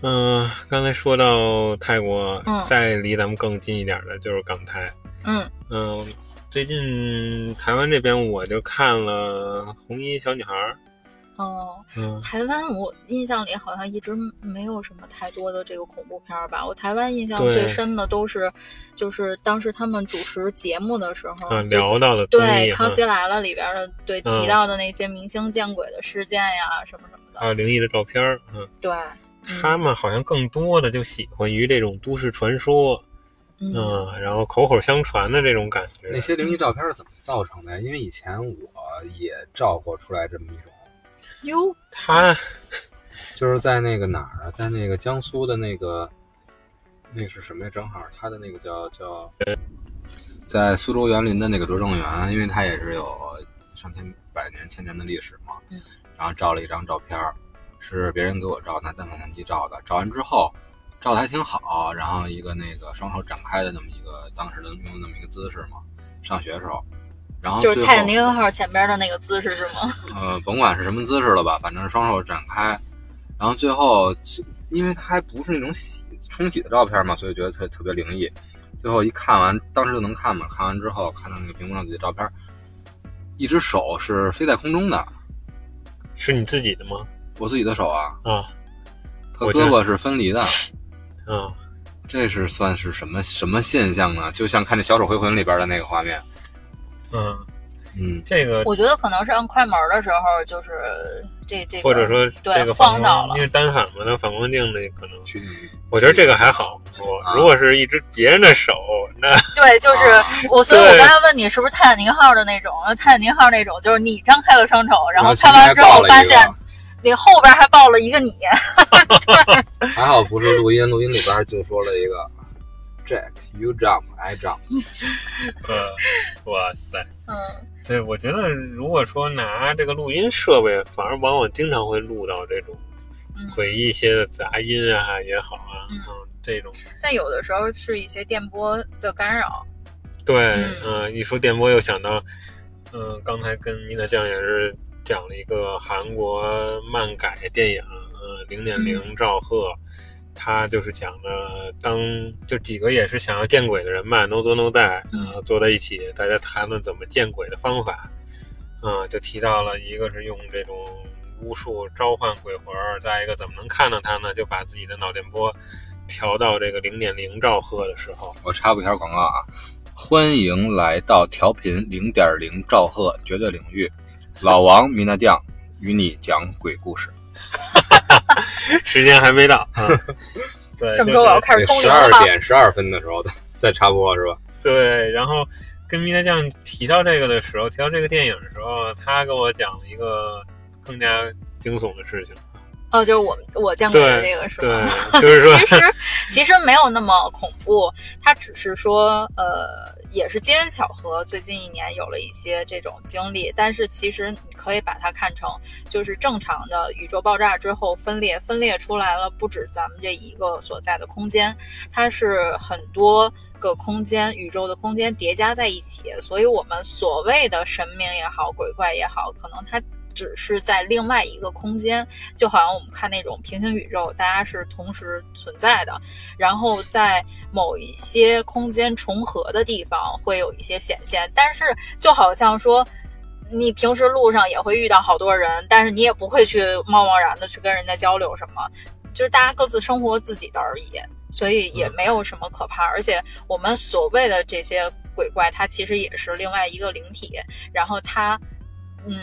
Speaker 2: 嗯、刚才说到泰国，
Speaker 3: 嗯
Speaker 2: 再离咱们更近一点的就是港台。
Speaker 3: 嗯
Speaker 2: 嗯、最近台湾这边我就看了《红衣小女孩》。
Speaker 3: 哦。
Speaker 2: 嗯，
Speaker 3: 台湾，我印象里好像一直没有什么太多的这个恐怖片儿吧。我台湾印象
Speaker 2: 对
Speaker 3: 最深的都是，就是当时他们主持节目的时候，
Speaker 2: 啊，
Speaker 3: 就
Speaker 2: 聊到了综
Speaker 3: 对
Speaker 2: 艺
Speaker 3: 《
Speaker 2: 哈
Speaker 3: 康熙来了》里边的对
Speaker 2: 嗯
Speaker 3: 提到的那些明星见鬼的事件呀，什么什么
Speaker 2: 还
Speaker 3: 的，
Speaker 2: 有啊灵异的照片儿。嗯，
Speaker 3: 对，
Speaker 2: 他们好像更多的就喜欢于这种都市传说，
Speaker 3: 嗯嗯
Speaker 2: 嗯，然后口口相传的这种感觉。
Speaker 1: 那些灵异照片是怎么造成的？因为以前我也照过出来这么一种，
Speaker 3: 哟，
Speaker 2: 他
Speaker 1: 就是在那个哪儿啊，在那个江苏的那个，那是什么呀？正好他的那个叫叫，在苏州园林的那个拙政园，因为它也是有上千百年、千年的历史嘛
Speaker 3: 嗯。
Speaker 1: 然后照了一张照片儿，是别人给我照，拿单反相机照的。照完之后，照的还挺好。然后一个那个双手展开的那么一个当时的用的那么一个姿势嘛，上学的时候。然后
Speaker 3: 就是
Speaker 1: 最
Speaker 3: 泰
Speaker 1: 后
Speaker 3: 坦尼克号前边的那个姿势是吗？
Speaker 1: 呃，甭管是什么姿势了吧，反正是双手展开，然后最后，因为它还不是那种洗冲洗的照片嘛，所以觉得特特别灵异。最后一看完，当时就能看嘛，看完之后看到那个屏幕上自己的照片，一只手是飞在空中的，
Speaker 2: 是你自己的吗？
Speaker 1: 我自己的手啊，
Speaker 2: 啊
Speaker 1: 和
Speaker 2: 我知
Speaker 1: 胳
Speaker 2: 道
Speaker 1: 膊是分离的，
Speaker 2: 啊，
Speaker 1: 这是算是什么什么现象呢？就像看这《小丑回魂》里边的那个画面，
Speaker 2: 嗯，
Speaker 1: 嗯，
Speaker 2: 这个
Speaker 3: 我觉得可能是按快门的时候，就是这这个，
Speaker 2: 或者说
Speaker 3: 对
Speaker 2: 这个
Speaker 3: 晃
Speaker 2: 反
Speaker 3: 到
Speaker 2: 光
Speaker 3: 了
Speaker 2: 因为单反嘛，那反光镜那可能，
Speaker 1: 去
Speaker 2: 我觉得这个还好。我
Speaker 1: 啊
Speaker 3: 嗯
Speaker 2: 如果是一只别人的手，那
Speaker 3: 对，就是
Speaker 1: 啊
Speaker 3: 我，所以我
Speaker 2: 对
Speaker 3: 刚才问你是不是泰坦尼克号的那种？泰坦尼克号那种就是你张开了双手，然后
Speaker 1: 前面还
Speaker 3: 看完之
Speaker 1: 抱
Speaker 3: 后
Speaker 1: 了一
Speaker 3: 发
Speaker 1: 个
Speaker 3: 现你后边还抱了一个你，
Speaker 1: 还好不是录音，录音里边就说了一个， Jack you jump I jump，
Speaker 2: 呃，哇塞，
Speaker 3: 嗯，
Speaker 2: 对，我觉得如果说拿这个录音设备，反而往往经常会录到这种
Speaker 3: 嗯
Speaker 2: 会一些杂音啊也好啊，
Speaker 3: 嗯
Speaker 2: 嗯，这种
Speaker 3: 但有的时候是一些电波的干扰，
Speaker 2: 对，
Speaker 3: 嗯
Speaker 2: 嗯，一说电波又想到，嗯，刚才跟米娜酱也是讲了一个韩国漫改电影，呃，零点零
Speaker 3: 嗯
Speaker 2: 赵贺，他就是讲了当就几个也是想要见鬼的人吧，no 做 no die，
Speaker 3: 嗯
Speaker 2: 呃，坐在一起，大家谈论怎么见鬼的方法，嗯、就提到了一个是用这种。巫术召唤鬼魂儿，再一个怎么能看到他呢？就把自己的脑电波调到这个零点零兆赫的时候，
Speaker 1: 我插播一条广告啊，欢迎来到调频零点零兆赫绝对领域，老王米娜酱与你讲鬼故事。
Speaker 2: 时间还没到 啊。对，
Speaker 3: 这么说我要开始通灵
Speaker 1: 十
Speaker 3: 了
Speaker 1: 二
Speaker 3: 哈。
Speaker 1: 点十二分的时候再再插播是吧？
Speaker 2: 就是对，然后跟米娜酱提到这个的时候，提到这个电影的时候，他跟我讲了一个更加惊悚的事情。
Speaker 3: 哦，就是我们我见过的这个
Speaker 2: 对
Speaker 3: 是吗？
Speaker 2: 对， 就是说，
Speaker 3: 其实其实没有那么恐怖，它只是说，呃，也是机缘巧合，最近一年有了一些这种经历，但是其实你可以把它看成就是正常的宇宙爆炸之后分裂，分裂出来了不止咱们这一个所在的空间，它是很多。个空间，宇宙的空间叠加在一起，所以我们所谓的神明也好，鬼怪也好，可能它只是在另外一个空间，就好像我们看那种平行宇宙，大家是同时存在的，然后在某一些空间重合的地方会有一些显现，但是就好像说。你平时路上也会遇到好多人，但是你也不会去贸贸然的去跟人家交流什么，就是大家各自生活自己的而已，所以也没有什么可怕。而且我们所谓的这些鬼怪，它其实也是另外一个灵体，然后它，嗯，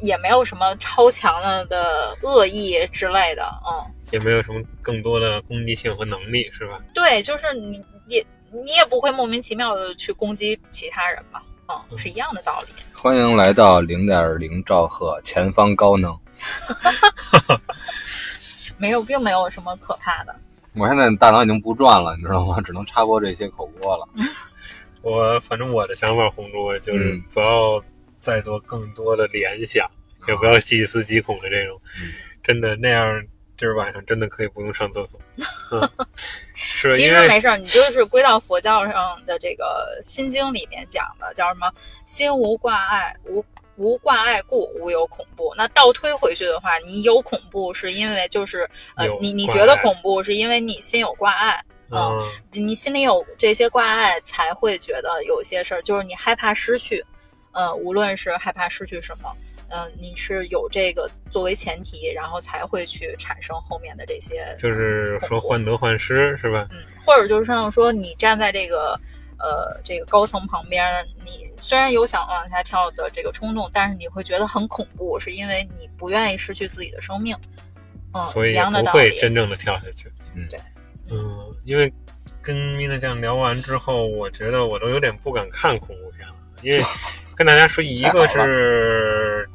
Speaker 3: 也没有什么超强的的恶意之类的，嗯，
Speaker 2: 也没有什么更多的攻击性和能力，是吧？
Speaker 3: 对，就是你也你也不会莫名其妙的去攻击其他人嘛，嗯，是一样的道理。
Speaker 1: 欢迎来到零点零兆赫，前方高能。
Speaker 3: 没有，并没有什么可怕的。
Speaker 1: 我现在大脑已经不转了，你知道吗？只能插播这些口播了。
Speaker 2: 我反正我的想法，红猪就是
Speaker 1: 嗯
Speaker 2: 不要再做更多的联想，也不要细思极恐的这种，
Speaker 1: 嗯
Speaker 2: 真的那样，今儿晚上真的可以不用上厕所。 嗯、是
Speaker 3: 其
Speaker 2: 因
Speaker 3: 实
Speaker 2: 为
Speaker 3: 没事儿，你就是归到佛教上的这个《心经》里面讲的，叫什么“心无挂碍，无无挂碍故，无有恐怖”。那倒推回去的话，你有恐怖是因为就是呃
Speaker 2: 有，
Speaker 3: 你你
Speaker 2: 挂
Speaker 3: 觉得
Speaker 2: 碍
Speaker 3: 恐怖是因为你心有挂碍。啊
Speaker 2: 嗯
Speaker 3: 你心里有这些挂碍，才会觉得有些事儿，就是你害怕失去，呃，无论是害怕失去什么，呃，你是有这个作为前提，然后才会去产生后面的这些，
Speaker 2: 就是说患得患失是吧？
Speaker 3: 嗯，或者就是像说你站在这个。呃，这个高层旁边，你虽然有想往下跳的这个冲动，但是你会觉得很恐怖，是因为你不愿意失去自己的生命。嗯，
Speaker 2: 所以
Speaker 3: 一
Speaker 2: 也
Speaker 3: 样的
Speaker 2: 不
Speaker 3: 道
Speaker 2: 会
Speaker 3: 理。
Speaker 2: 真正的跳下去。
Speaker 1: 嗯
Speaker 3: 对，
Speaker 2: 嗯，因为跟米娜酱聊完之后，我觉得我都有点不敢看恐怖片了，因 为跟大家说，一个是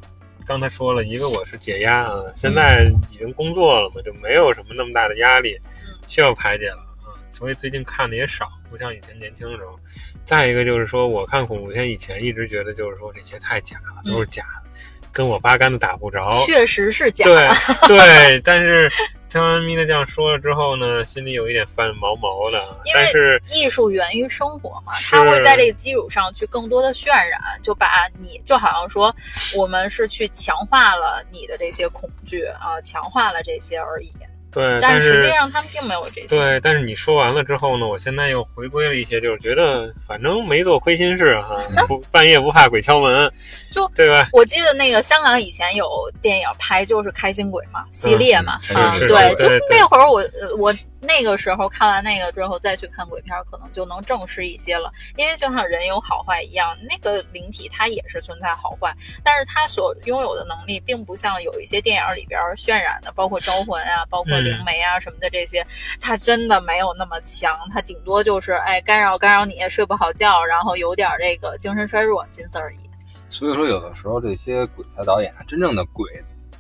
Speaker 2: 刚才说了，一个我是解压啊，
Speaker 3: 嗯
Speaker 2: 现在已经工作了嘛，就没有什么那么大的压力
Speaker 3: 嗯，
Speaker 2: 需要排解了啊，所以最近看的也少，不像以前年轻的时候。再一个就是说，我看恐怖片以前一直觉得就是说这些太假了，都是假
Speaker 3: 嗯
Speaker 2: 的，跟我八竿子打不着。
Speaker 3: 确实是假的。
Speaker 2: 对对，但是听完咪娜酱说了之后呢，心里有一点犯毛毛的。
Speaker 3: 因为
Speaker 2: 但是
Speaker 3: 艺术源于生活嘛，
Speaker 2: 是
Speaker 3: 它会在这个基础上去更多的渲染，就把你就好像说，我们是去强化了你的这些恐惧啊、强化了这些而已。
Speaker 2: 对，呃
Speaker 3: 但
Speaker 2: 但
Speaker 3: 是实
Speaker 2: 是
Speaker 3: 际上他们并没有这些。
Speaker 2: 对，但是你说完了之后呢，我现在又回归了一些，就是觉得反正没做亏心 事哈、不半夜不怕鬼敲门，
Speaker 3: 就
Speaker 2: 对
Speaker 1: 哎
Speaker 2: 吧？
Speaker 3: 我记得那个香港以前有电影拍，就是《开心鬼》嘛，系列嘛，
Speaker 1: 嗯
Speaker 3: 啊，
Speaker 1: 是是
Speaker 3: 对，
Speaker 2: 是
Speaker 3: 就
Speaker 2: 对对
Speaker 3: 那会儿我呃我那个时候看完那个之后再去看鬼片儿，可能就能正视一些了。因为就像人有好坏一样，那个灵体它也是存在好坏，但是它所拥有的能力，并不像有一些电影里边儿渲染的，包括招魂
Speaker 1: 嗯
Speaker 3: 啊，包括灵媒啊什么的这些，它真的没有那么强，它顶多就是哎干扰干扰你睡不好觉，然后有点儿这个精神衰弱，仅此而已。
Speaker 1: 所以说，有的时候这些鬼才导演，真正的鬼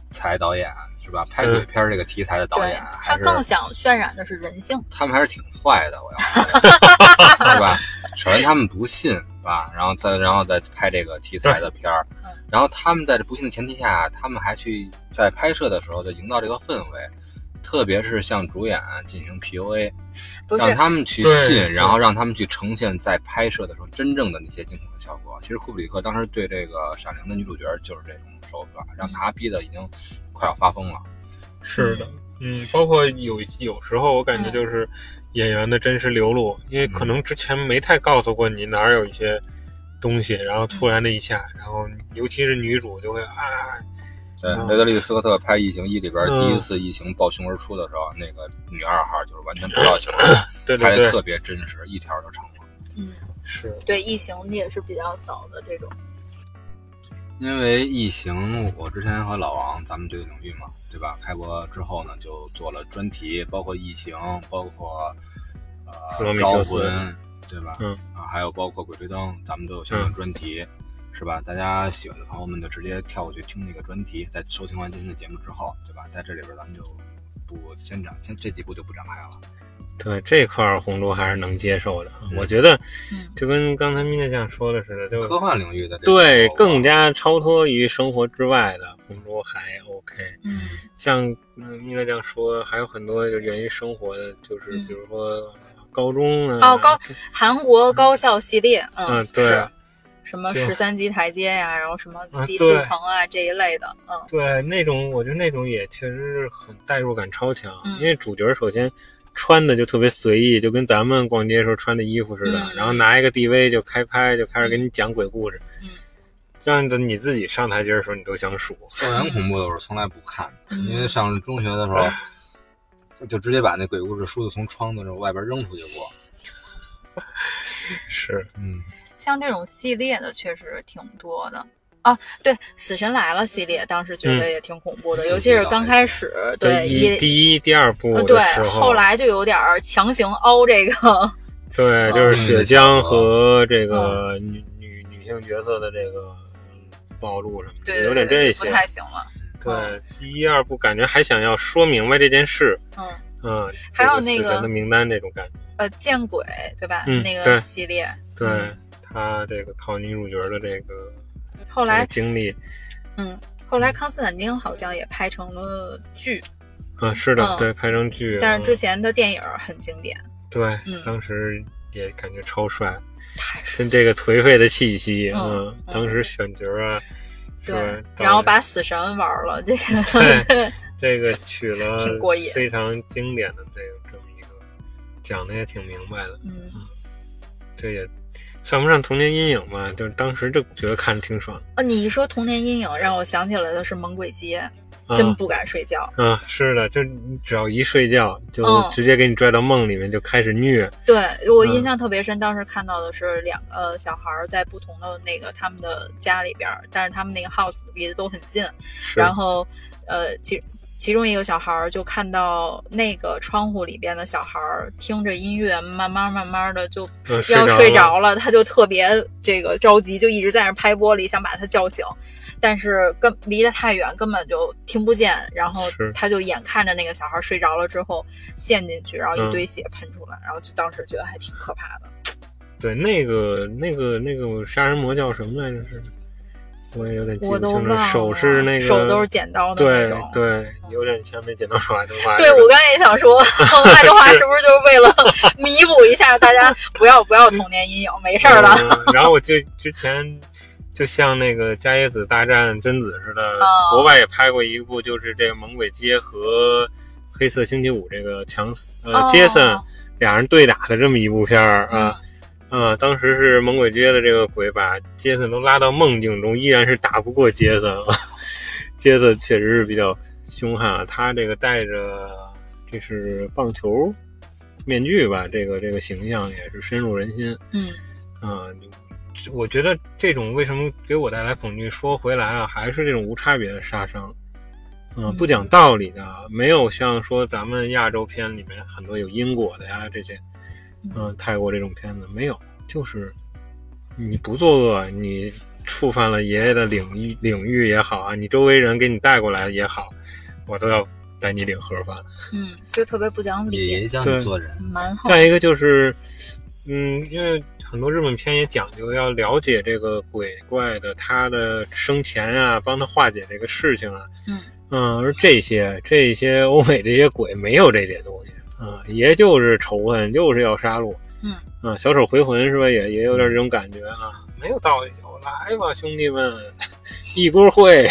Speaker 1: 才导演，是吧？拍鬼片这个题材的导
Speaker 3: 对
Speaker 1: 演，还
Speaker 3: 他
Speaker 1: 是
Speaker 3: 更想渲染的是人性。
Speaker 1: 他们还是挺坏的，我要 说，对吧？首先他们不信，是吧？然后再然后再拍这个题材的片儿
Speaker 3: 嗯，
Speaker 1: 然后他们在这不信的前提下，他们还去在拍摄的时候就营造这个氛围，特别是向主演啊进行 PUA，
Speaker 3: 不
Speaker 1: 让
Speaker 3: 是，
Speaker 1: 他们去
Speaker 2: 对对
Speaker 1: 信，然后让他们去呈现在拍摄的时候真正的那些惊悚的效果。其实库布里克当时对这个《闪灵》的女主角就是这种手法，让她逼得已经快要发疯了。
Speaker 2: 是的，嗯，包括有有时候我
Speaker 3: 嗯
Speaker 2: 感觉就是演员的真实流露，因为可能之前没太告诉过你哪儿有一些东西，然后突然的一下，然后尤其是女主就会啊，
Speaker 1: 对，
Speaker 2: 嗯
Speaker 1: 雷德利·斯科特拍《异形一》里边
Speaker 2: 嗯
Speaker 1: 第一次异形暴胸而出的时候，那个女二号就是完全不要求，
Speaker 2: 对
Speaker 1: 拍
Speaker 2: 对
Speaker 1: 的
Speaker 2: 对，
Speaker 1: 特别真实，一条就成了。
Speaker 3: 嗯，
Speaker 2: 是，
Speaker 3: 对，异形也是比较早的这种。
Speaker 1: 因为异形，我之前和老王咱们对领域嘛，对吧？开播之后呢，就做了专题，包括异形，包括呃
Speaker 2: 普罗米
Speaker 1: 招
Speaker 2: 修斯
Speaker 1: 魂，对吧？
Speaker 2: 嗯
Speaker 1: 啊，还有包括鬼吹灯，咱们都有相应的专题，是吧？大家喜欢的朋友们就直接跳过去听那个专题，在收听完今天的节目之后，对吧？在这里边咱们就不先展，先这几部就不展开了。
Speaker 2: 对这块儿红猪还是能接受的。啊
Speaker 1: 嗯
Speaker 2: 我觉得
Speaker 3: 嗯，
Speaker 2: 就跟刚才米娜酱说的似的，就
Speaker 1: 科幻领域的啊这
Speaker 2: 对
Speaker 1: 个
Speaker 2: 更加超脱于生活之外的红猪还 OK。
Speaker 3: 嗯，
Speaker 2: 像嗯米娜酱说，还有很多就源于生活的，就是
Speaker 3: 嗯
Speaker 2: 比如说高中啊，
Speaker 3: 哦，高韩国高校系列，嗯，
Speaker 2: 嗯对
Speaker 3: 是什么
Speaker 2: 就
Speaker 3: 十三级台阶呀、然后什么
Speaker 2: 啊
Speaker 3: 第
Speaker 2: 对
Speaker 3: 四层啊这一类的，嗯，
Speaker 2: 对那种，我觉得那种也确实是很代入感超强，
Speaker 3: 嗯
Speaker 2: 因为主角首先穿的就特别随意，就跟咱们逛街时候穿的衣服似的，
Speaker 3: 嗯
Speaker 2: 然后拿一个 DV 就开拍，就开始给你讲鬼故事，
Speaker 3: 嗯
Speaker 2: 让着你自己上台阶的时候你都想数，
Speaker 1: 校园恐怖的我是从来不看的，
Speaker 3: 嗯
Speaker 1: 因为上中学的时候，就就直接把那鬼故事书就从窗子那外边扔出去过。
Speaker 2: 是
Speaker 1: 嗯，
Speaker 3: 像这种系列的确实挺多的。啊，对，《死神来了》系列当时觉得也挺恐怖的，
Speaker 1: 嗯
Speaker 3: 尤其是刚开始，对
Speaker 2: 一
Speaker 3: 一
Speaker 2: 第一第二部
Speaker 3: 呃
Speaker 2: 的
Speaker 3: 对
Speaker 2: 时，候，
Speaker 3: 后来就有点儿强行凹这个，
Speaker 2: 对，
Speaker 3: 嗯
Speaker 2: 就是雪江和这个女女女性角色的这个嗯暴露什么
Speaker 3: 对
Speaker 2: 的，
Speaker 3: 对
Speaker 2: 有点
Speaker 3: 对
Speaker 2: 这
Speaker 3: 不
Speaker 2: 些。
Speaker 3: 太嗯行了。
Speaker 2: 对，第一二部感觉还想要说明白这件事，
Speaker 3: 嗯，
Speaker 2: 嗯，
Speaker 3: 还有
Speaker 2: 这
Speaker 3: 那个
Speaker 2: 死神的名单这种感觉，
Speaker 3: 呃，见鬼，对吧？
Speaker 2: 嗯
Speaker 3: 那个
Speaker 2: 对
Speaker 3: 系列，
Speaker 2: 对
Speaker 3: 嗯
Speaker 2: 他这个考女主角的这个
Speaker 3: 后来
Speaker 2: 这个经历，
Speaker 3: 嗯，后来康斯坦丁好像也拍成了剧，
Speaker 2: 啊，是的
Speaker 3: 嗯，
Speaker 2: 对，拍成剧，
Speaker 3: 但是之
Speaker 2: 嗯
Speaker 3: 前的电影很经典，
Speaker 2: 对
Speaker 3: 嗯
Speaker 2: 当时也感觉超帅，
Speaker 3: 太帅
Speaker 2: 跟这个颓废的气息，
Speaker 3: 嗯
Speaker 2: 嗯，
Speaker 3: 嗯
Speaker 2: 当时选角啊，是
Speaker 3: 对
Speaker 2: 吧，
Speaker 3: 然
Speaker 2: 当
Speaker 3: 后
Speaker 2: 时
Speaker 3: 把死神玩了，这个
Speaker 2: 对
Speaker 3: 对
Speaker 2: 这个取了
Speaker 3: 挺过瘾
Speaker 2: 非常经典的这个这么一个，讲的也挺明白的，
Speaker 3: 嗯，
Speaker 2: 这也算不上童年阴影吧，就是当时就觉得看着挺爽，嗯
Speaker 3: 哦，你一说童年阴影，让我想起来的是《猛鬼街》，
Speaker 2: 啊
Speaker 3: 真不敢睡觉。
Speaker 2: 啊，是的，就你只要一睡觉，就
Speaker 3: 嗯
Speaker 2: 直接给你拽到梦里面，就开始虐，
Speaker 3: 对我印
Speaker 2: 嗯
Speaker 3: 象特别深，当时看到的是两个小孩儿在不同的那个他们的家里边儿，但是他们那个 house 离得都很近，
Speaker 2: 是，
Speaker 3: 然后呃其。其中一个小孩儿就看到那个窗户里边的小孩儿听着音乐，慢慢慢慢的就
Speaker 2: 嗯
Speaker 3: 要
Speaker 2: 睡着
Speaker 3: 睡
Speaker 2: 了
Speaker 3: 着了，他就特别这个着急，就一直在那拍玻璃，想把他叫醒，但是跟离得太远，根本就听不见。然后
Speaker 2: 是
Speaker 3: 他就眼看着那个小孩儿睡着了之后陷进去，然后一
Speaker 2: 嗯
Speaker 3: 堆血喷出来，然后就当时觉得还挺可怕的。
Speaker 2: 对那个那个那个杀人魔叫什么来着？是，我也有点记
Speaker 3: 我
Speaker 2: 不
Speaker 3: 都
Speaker 2: 清
Speaker 3: 忘
Speaker 2: 了
Speaker 3: 了，，
Speaker 2: 手是那个
Speaker 3: 手都是剪刀的那
Speaker 2: 对
Speaker 3: 种。
Speaker 2: 对，有点像那剪刀手爱德华似的。
Speaker 3: 对，我刚才也 想说，爱德华是不是就是为了 弥补一下大家不要不要童年阴影，没事儿了。
Speaker 2: 嗯然后我就之前就像那个《伽椰子大战贞子》似的
Speaker 3: 哦，
Speaker 2: 国外也拍过一部，就是这个《猛鬼街》和《黑色星期五》这个强斯
Speaker 3: 哦
Speaker 2: 呃杰森俩人对打的这么一部片儿啊。
Speaker 3: 嗯
Speaker 2: 啊、当时是猛鬼街的这个鬼把杰森都拉到梦境中，依然是打不过杰森。杰森确实是比较凶悍啊，他这个戴着这是棒球面具吧，这个这个形象也是深入人心。
Speaker 3: 嗯，
Speaker 2: 啊、你我觉得这种为什么给我带来恐惧？说回来啊，还是这种无差别的杀伤，嗯、
Speaker 3: 嗯
Speaker 2: 不讲道理的，没有像说咱们亚洲片里面很多有因果的呀这些，
Speaker 3: 嗯
Speaker 2: 嗯、泰国这种片子没有，就是你不作恶，你触犯了爷爷的领域领域也好啊，你周围人给你带过来也好，我都要带你领盒饭。
Speaker 3: 嗯，就特别不讲
Speaker 1: 也
Speaker 3: 理，
Speaker 1: 也教
Speaker 2: 对
Speaker 1: 你做人，
Speaker 3: 蛮横。
Speaker 2: 再一个就是，嗯，因为很多日本片也讲究要了解这个鬼怪的他的生前啊，帮他化解这个事情啊，
Speaker 3: 嗯
Speaker 2: 嗯，而这些这些欧美这些鬼没有这些东西啊，也就是仇恨，就是要杀戮，
Speaker 3: 嗯
Speaker 2: 啊，小丑回魂是吧？也也有点这种感觉啊，没有道理，我来吧，兄弟们，一锅烩，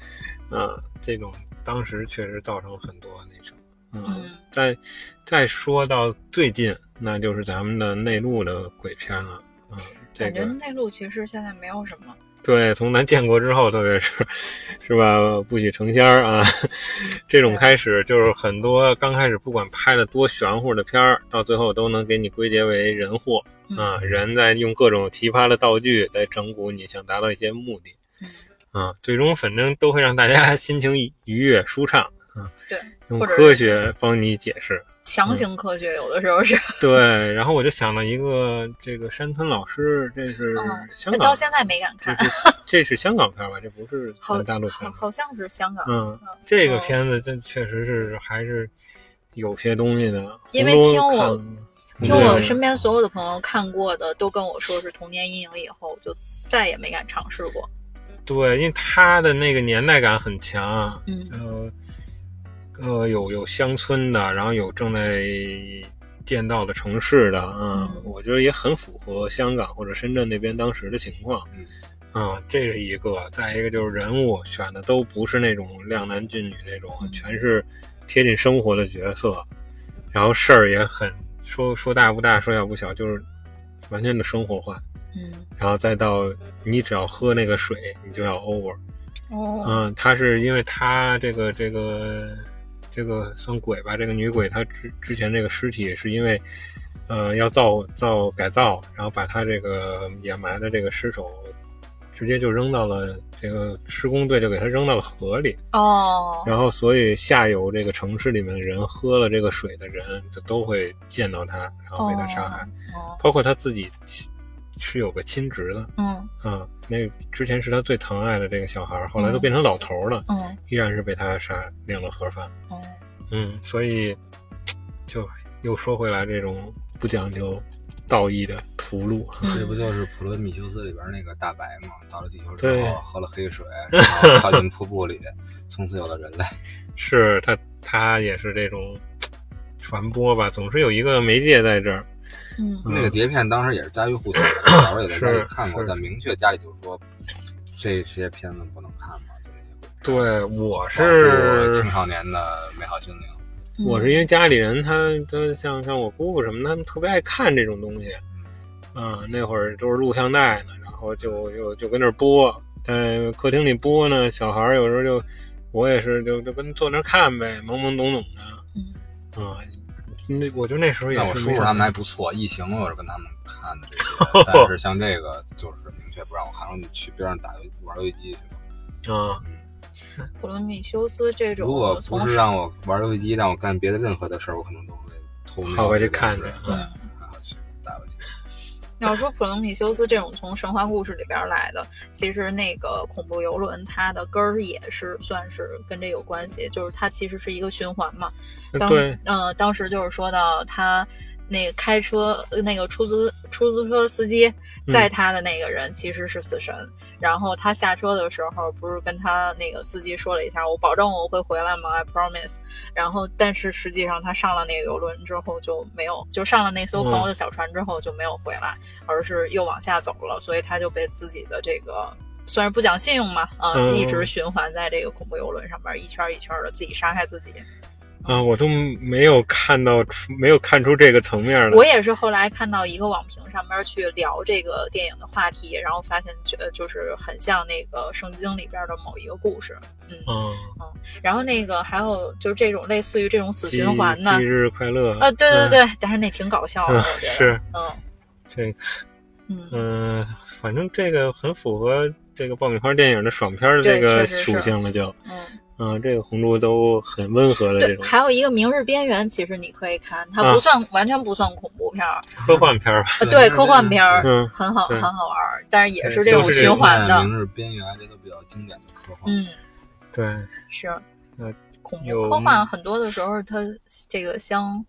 Speaker 2: 啊，这种当时确实造成很多那什么，嗯
Speaker 3: 嗯
Speaker 2: 再再说到最近，那就是咱们的内陆的鬼片了。嗯，这
Speaker 3: 感觉
Speaker 2: 个
Speaker 3: 内陆其实现在没有什么，
Speaker 2: 对，从咱建国之后，特别是是吧，不许成仙儿啊， 这种开始就是很多刚开始不管拍的多玄乎的片儿，到最后都能给你归结为人祸
Speaker 3: 嗯
Speaker 2: 啊，人在用各种奇葩的道具来整蛊你，想达到一些目的
Speaker 3: 嗯
Speaker 2: 啊，最终反正都会让大家 心情愉悦舒畅啊。
Speaker 3: 对，
Speaker 2: 用
Speaker 3: 或者
Speaker 2: 科
Speaker 3: 是
Speaker 2: 学帮你解释。嗯
Speaker 3: 强行科学有的时候是，
Speaker 2: 对，然后我就想了一个这个山村老师，这是
Speaker 3: 嗯
Speaker 2: 香港，
Speaker 3: 到现在没敢看，
Speaker 2: 这是 这是香港片吧？这不是咱
Speaker 3: 好
Speaker 2: 们大陆
Speaker 3: 好
Speaker 2: 片吧。
Speaker 3: 好像是香港，
Speaker 2: 嗯，这个
Speaker 3: 哦
Speaker 2: 片子这确实是还是有些东西的。
Speaker 3: 因为
Speaker 2: 红楼
Speaker 3: 听我
Speaker 2: 看
Speaker 3: 听我
Speaker 2: 对
Speaker 3: 身边所有的朋友看过的都跟我说是童年阴影，以后就再也没敢尝试过。
Speaker 2: 对，因为他的那个年代感很强，
Speaker 3: 嗯
Speaker 2: 呃呃，有有乡村的，然后有正在建造的城市的，啊、
Speaker 3: 嗯
Speaker 2: 我觉得也很符合香港或者深圳那边当时的情况
Speaker 1: 嗯，
Speaker 2: 啊、这是一个，再一个就是人物选的都不是那种靓男俊女那种，
Speaker 3: 嗯
Speaker 2: 全是贴近生活的角色，然后事儿也很说说大不大，说小不小，就是完全的生活化，
Speaker 3: 嗯
Speaker 2: 然后再到你只要喝那个水，你就要 over。
Speaker 3: 哦
Speaker 2: 嗯，她是因为她这个这个这个算鬼吧，这个女鬼她之之前这个尸体是因为，呃，要造造改造，然后把她这个掩埋的这个尸首，直接就扔到了这个施工队就给她扔到了河里，
Speaker 3: 哦，
Speaker 2: 然后所以下游这个城市里面的人喝了这个水的人就都会见到她，然后被她杀害，
Speaker 3: 哦
Speaker 2: 包括她自己亲是有个亲侄的。
Speaker 3: 嗯
Speaker 2: 啊，那之前是她最疼爱的这个小孩儿，后来都
Speaker 3: 嗯
Speaker 2: 变成老头儿了。
Speaker 3: 嗯
Speaker 2: 依然是被他杀领了盒饭。
Speaker 3: 哦，
Speaker 2: 嗯，所以就又说回来，这种不讲究道义的屠戮，
Speaker 1: 这不
Speaker 3: 嗯
Speaker 1: 就是普罗米修斯里边那个大白吗？到了地球之
Speaker 2: 对
Speaker 1: 后喝了黑 水，然后跳进瀑布里，从此有了人类。
Speaker 2: 是他他也是这种传播吧，总是有一个媒介在这儿。
Speaker 3: 嗯
Speaker 1: 那个碟片当时也是家喻户晓，小时候也在家里
Speaker 2: 是
Speaker 1: 看过，
Speaker 2: 是
Speaker 1: 但明确家里就说这些片子不能看嘛，就这些鬼片。
Speaker 2: 对，我
Speaker 1: 保护
Speaker 2: 是
Speaker 1: 青少年的美好心灵。
Speaker 3: 嗯
Speaker 2: 我是因为家里人他他像像我姑父什么，他们特别爱看这种东西，啊、那会儿都是录像带呢，然后就就就跟那儿播，在客厅里播呢，小孩儿有时候就我也是就就跟坐那儿看呗，懵懵懂懂的，
Speaker 3: 嗯
Speaker 2: 啊、那我就那时候也
Speaker 1: 那我
Speaker 2: 是
Speaker 1: 叔
Speaker 2: 没
Speaker 1: 叔
Speaker 2: 啥
Speaker 1: 他们还不错，疫情我是跟他们看的这 些，但是像这个就是明确不让我看，说你去边上打游玩游戏机去吧。
Speaker 2: 啊，
Speaker 3: 普罗米修斯这种，
Speaker 1: 如果
Speaker 3: 从
Speaker 1: 不是让我玩游戏机，让我干别的任何的事儿，我可能都会偷瞄
Speaker 2: 跑回去
Speaker 1: 这个
Speaker 2: 看
Speaker 1: 是
Speaker 2: 去
Speaker 1: 对，
Speaker 2: 嗯
Speaker 1: 然后去打游戏。
Speaker 3: 要说普罗米修斯这种从神话故事里边来的，其实那个恐怖游轮它的根儿也是算是跟这有关系，就是它其实是一个循环嘛。当
Speaker 2: 对，
Speaker 3: 呃，当时就是说到他那个开车呃那个出租出租车司机
Speaker 2: 嗯
Speaker 3: 载他的那个人其实是死神，然后他下车的时候不是跟他那个司机说了一下，我保证我会回来吗？I promise。然后但是实际上他上了那个游轮之后就没有，就上了那艘朋友的小船之后就没有回来，而是又往下走了，所以他就被自己的这个。算是不讲信用嘛，啊、
Speaker 2: 嗯
Speaker 3: 一直循环在这个恐怖游轮上面，一圈一圈的自己杀害自己。
Speaker 2: 啊，我都没有看到出没有看出这个层面来
Speaker 3: 我，也是后来看到一个网评上面去聊这个电影的话题，然后发现觉得就是很像那个圣经里边的某一个故事。
Speaker 2: 嗯，
Speaker 3: 然后那个还有就是这种类似于这种死
Speaker 2: 忌
Speaker 3: 循环的
Speaker 2: 忌，日快乐
Speaker 3: 啊，对对
Speaker 2: 嗯
Speaker 3: 对，但是那挺搞笑的，
Speaker 2: 嗯
Speaker 3: 我觉得。
Speaker 2: 是
Speaker 3: 嗯
Speaker 2: 这个。
Speaker 3: 嗯
Speaker 2: 嗯，反正这个很符合这个爆米花电影的爽片儿的这
Speaker 3: 对确
Speaker 2: 个
Speaker 3: 实是
Speaker 2: 属性了，就，
Speaker 3: 嗯，
Speaker 2: 嗯，这个红猪都很温和的这
Speaker 3: 对，
Speaker 2: 种
Speaker 3: 还有一个《明日边缘》，其实你可以看，它
Speaker 2: 啊
Speaker 3: 不算、完全不算恐怖片 儿，
Speaker 2: 科幻片儿吧，
Speaker 3: 呃对科幻片儿
Speaker 2: 嗯，
Speaker 3: 很好
Speaker 2: 对
Speaker 3: 很好玩儿，但是也是
Speaker 2: 对
Speaker 3: 这
Speaker 2: 都
Speaker 3: 种
Speaker 2: 是这
Speaker 3: 循
Speaker 2: 种
Speaker 3: 环的
Speaker 1: 明。日边缘这都比较经典的科幻。
Speaker 3: 嗯，
Speaker 2: 对，
Speaker 3: 是。
Speaker 2: 呃，
Speaker 3: 恐怖
Speaker 2: 有
Speaker 3: 科幻很多的时候，它这个相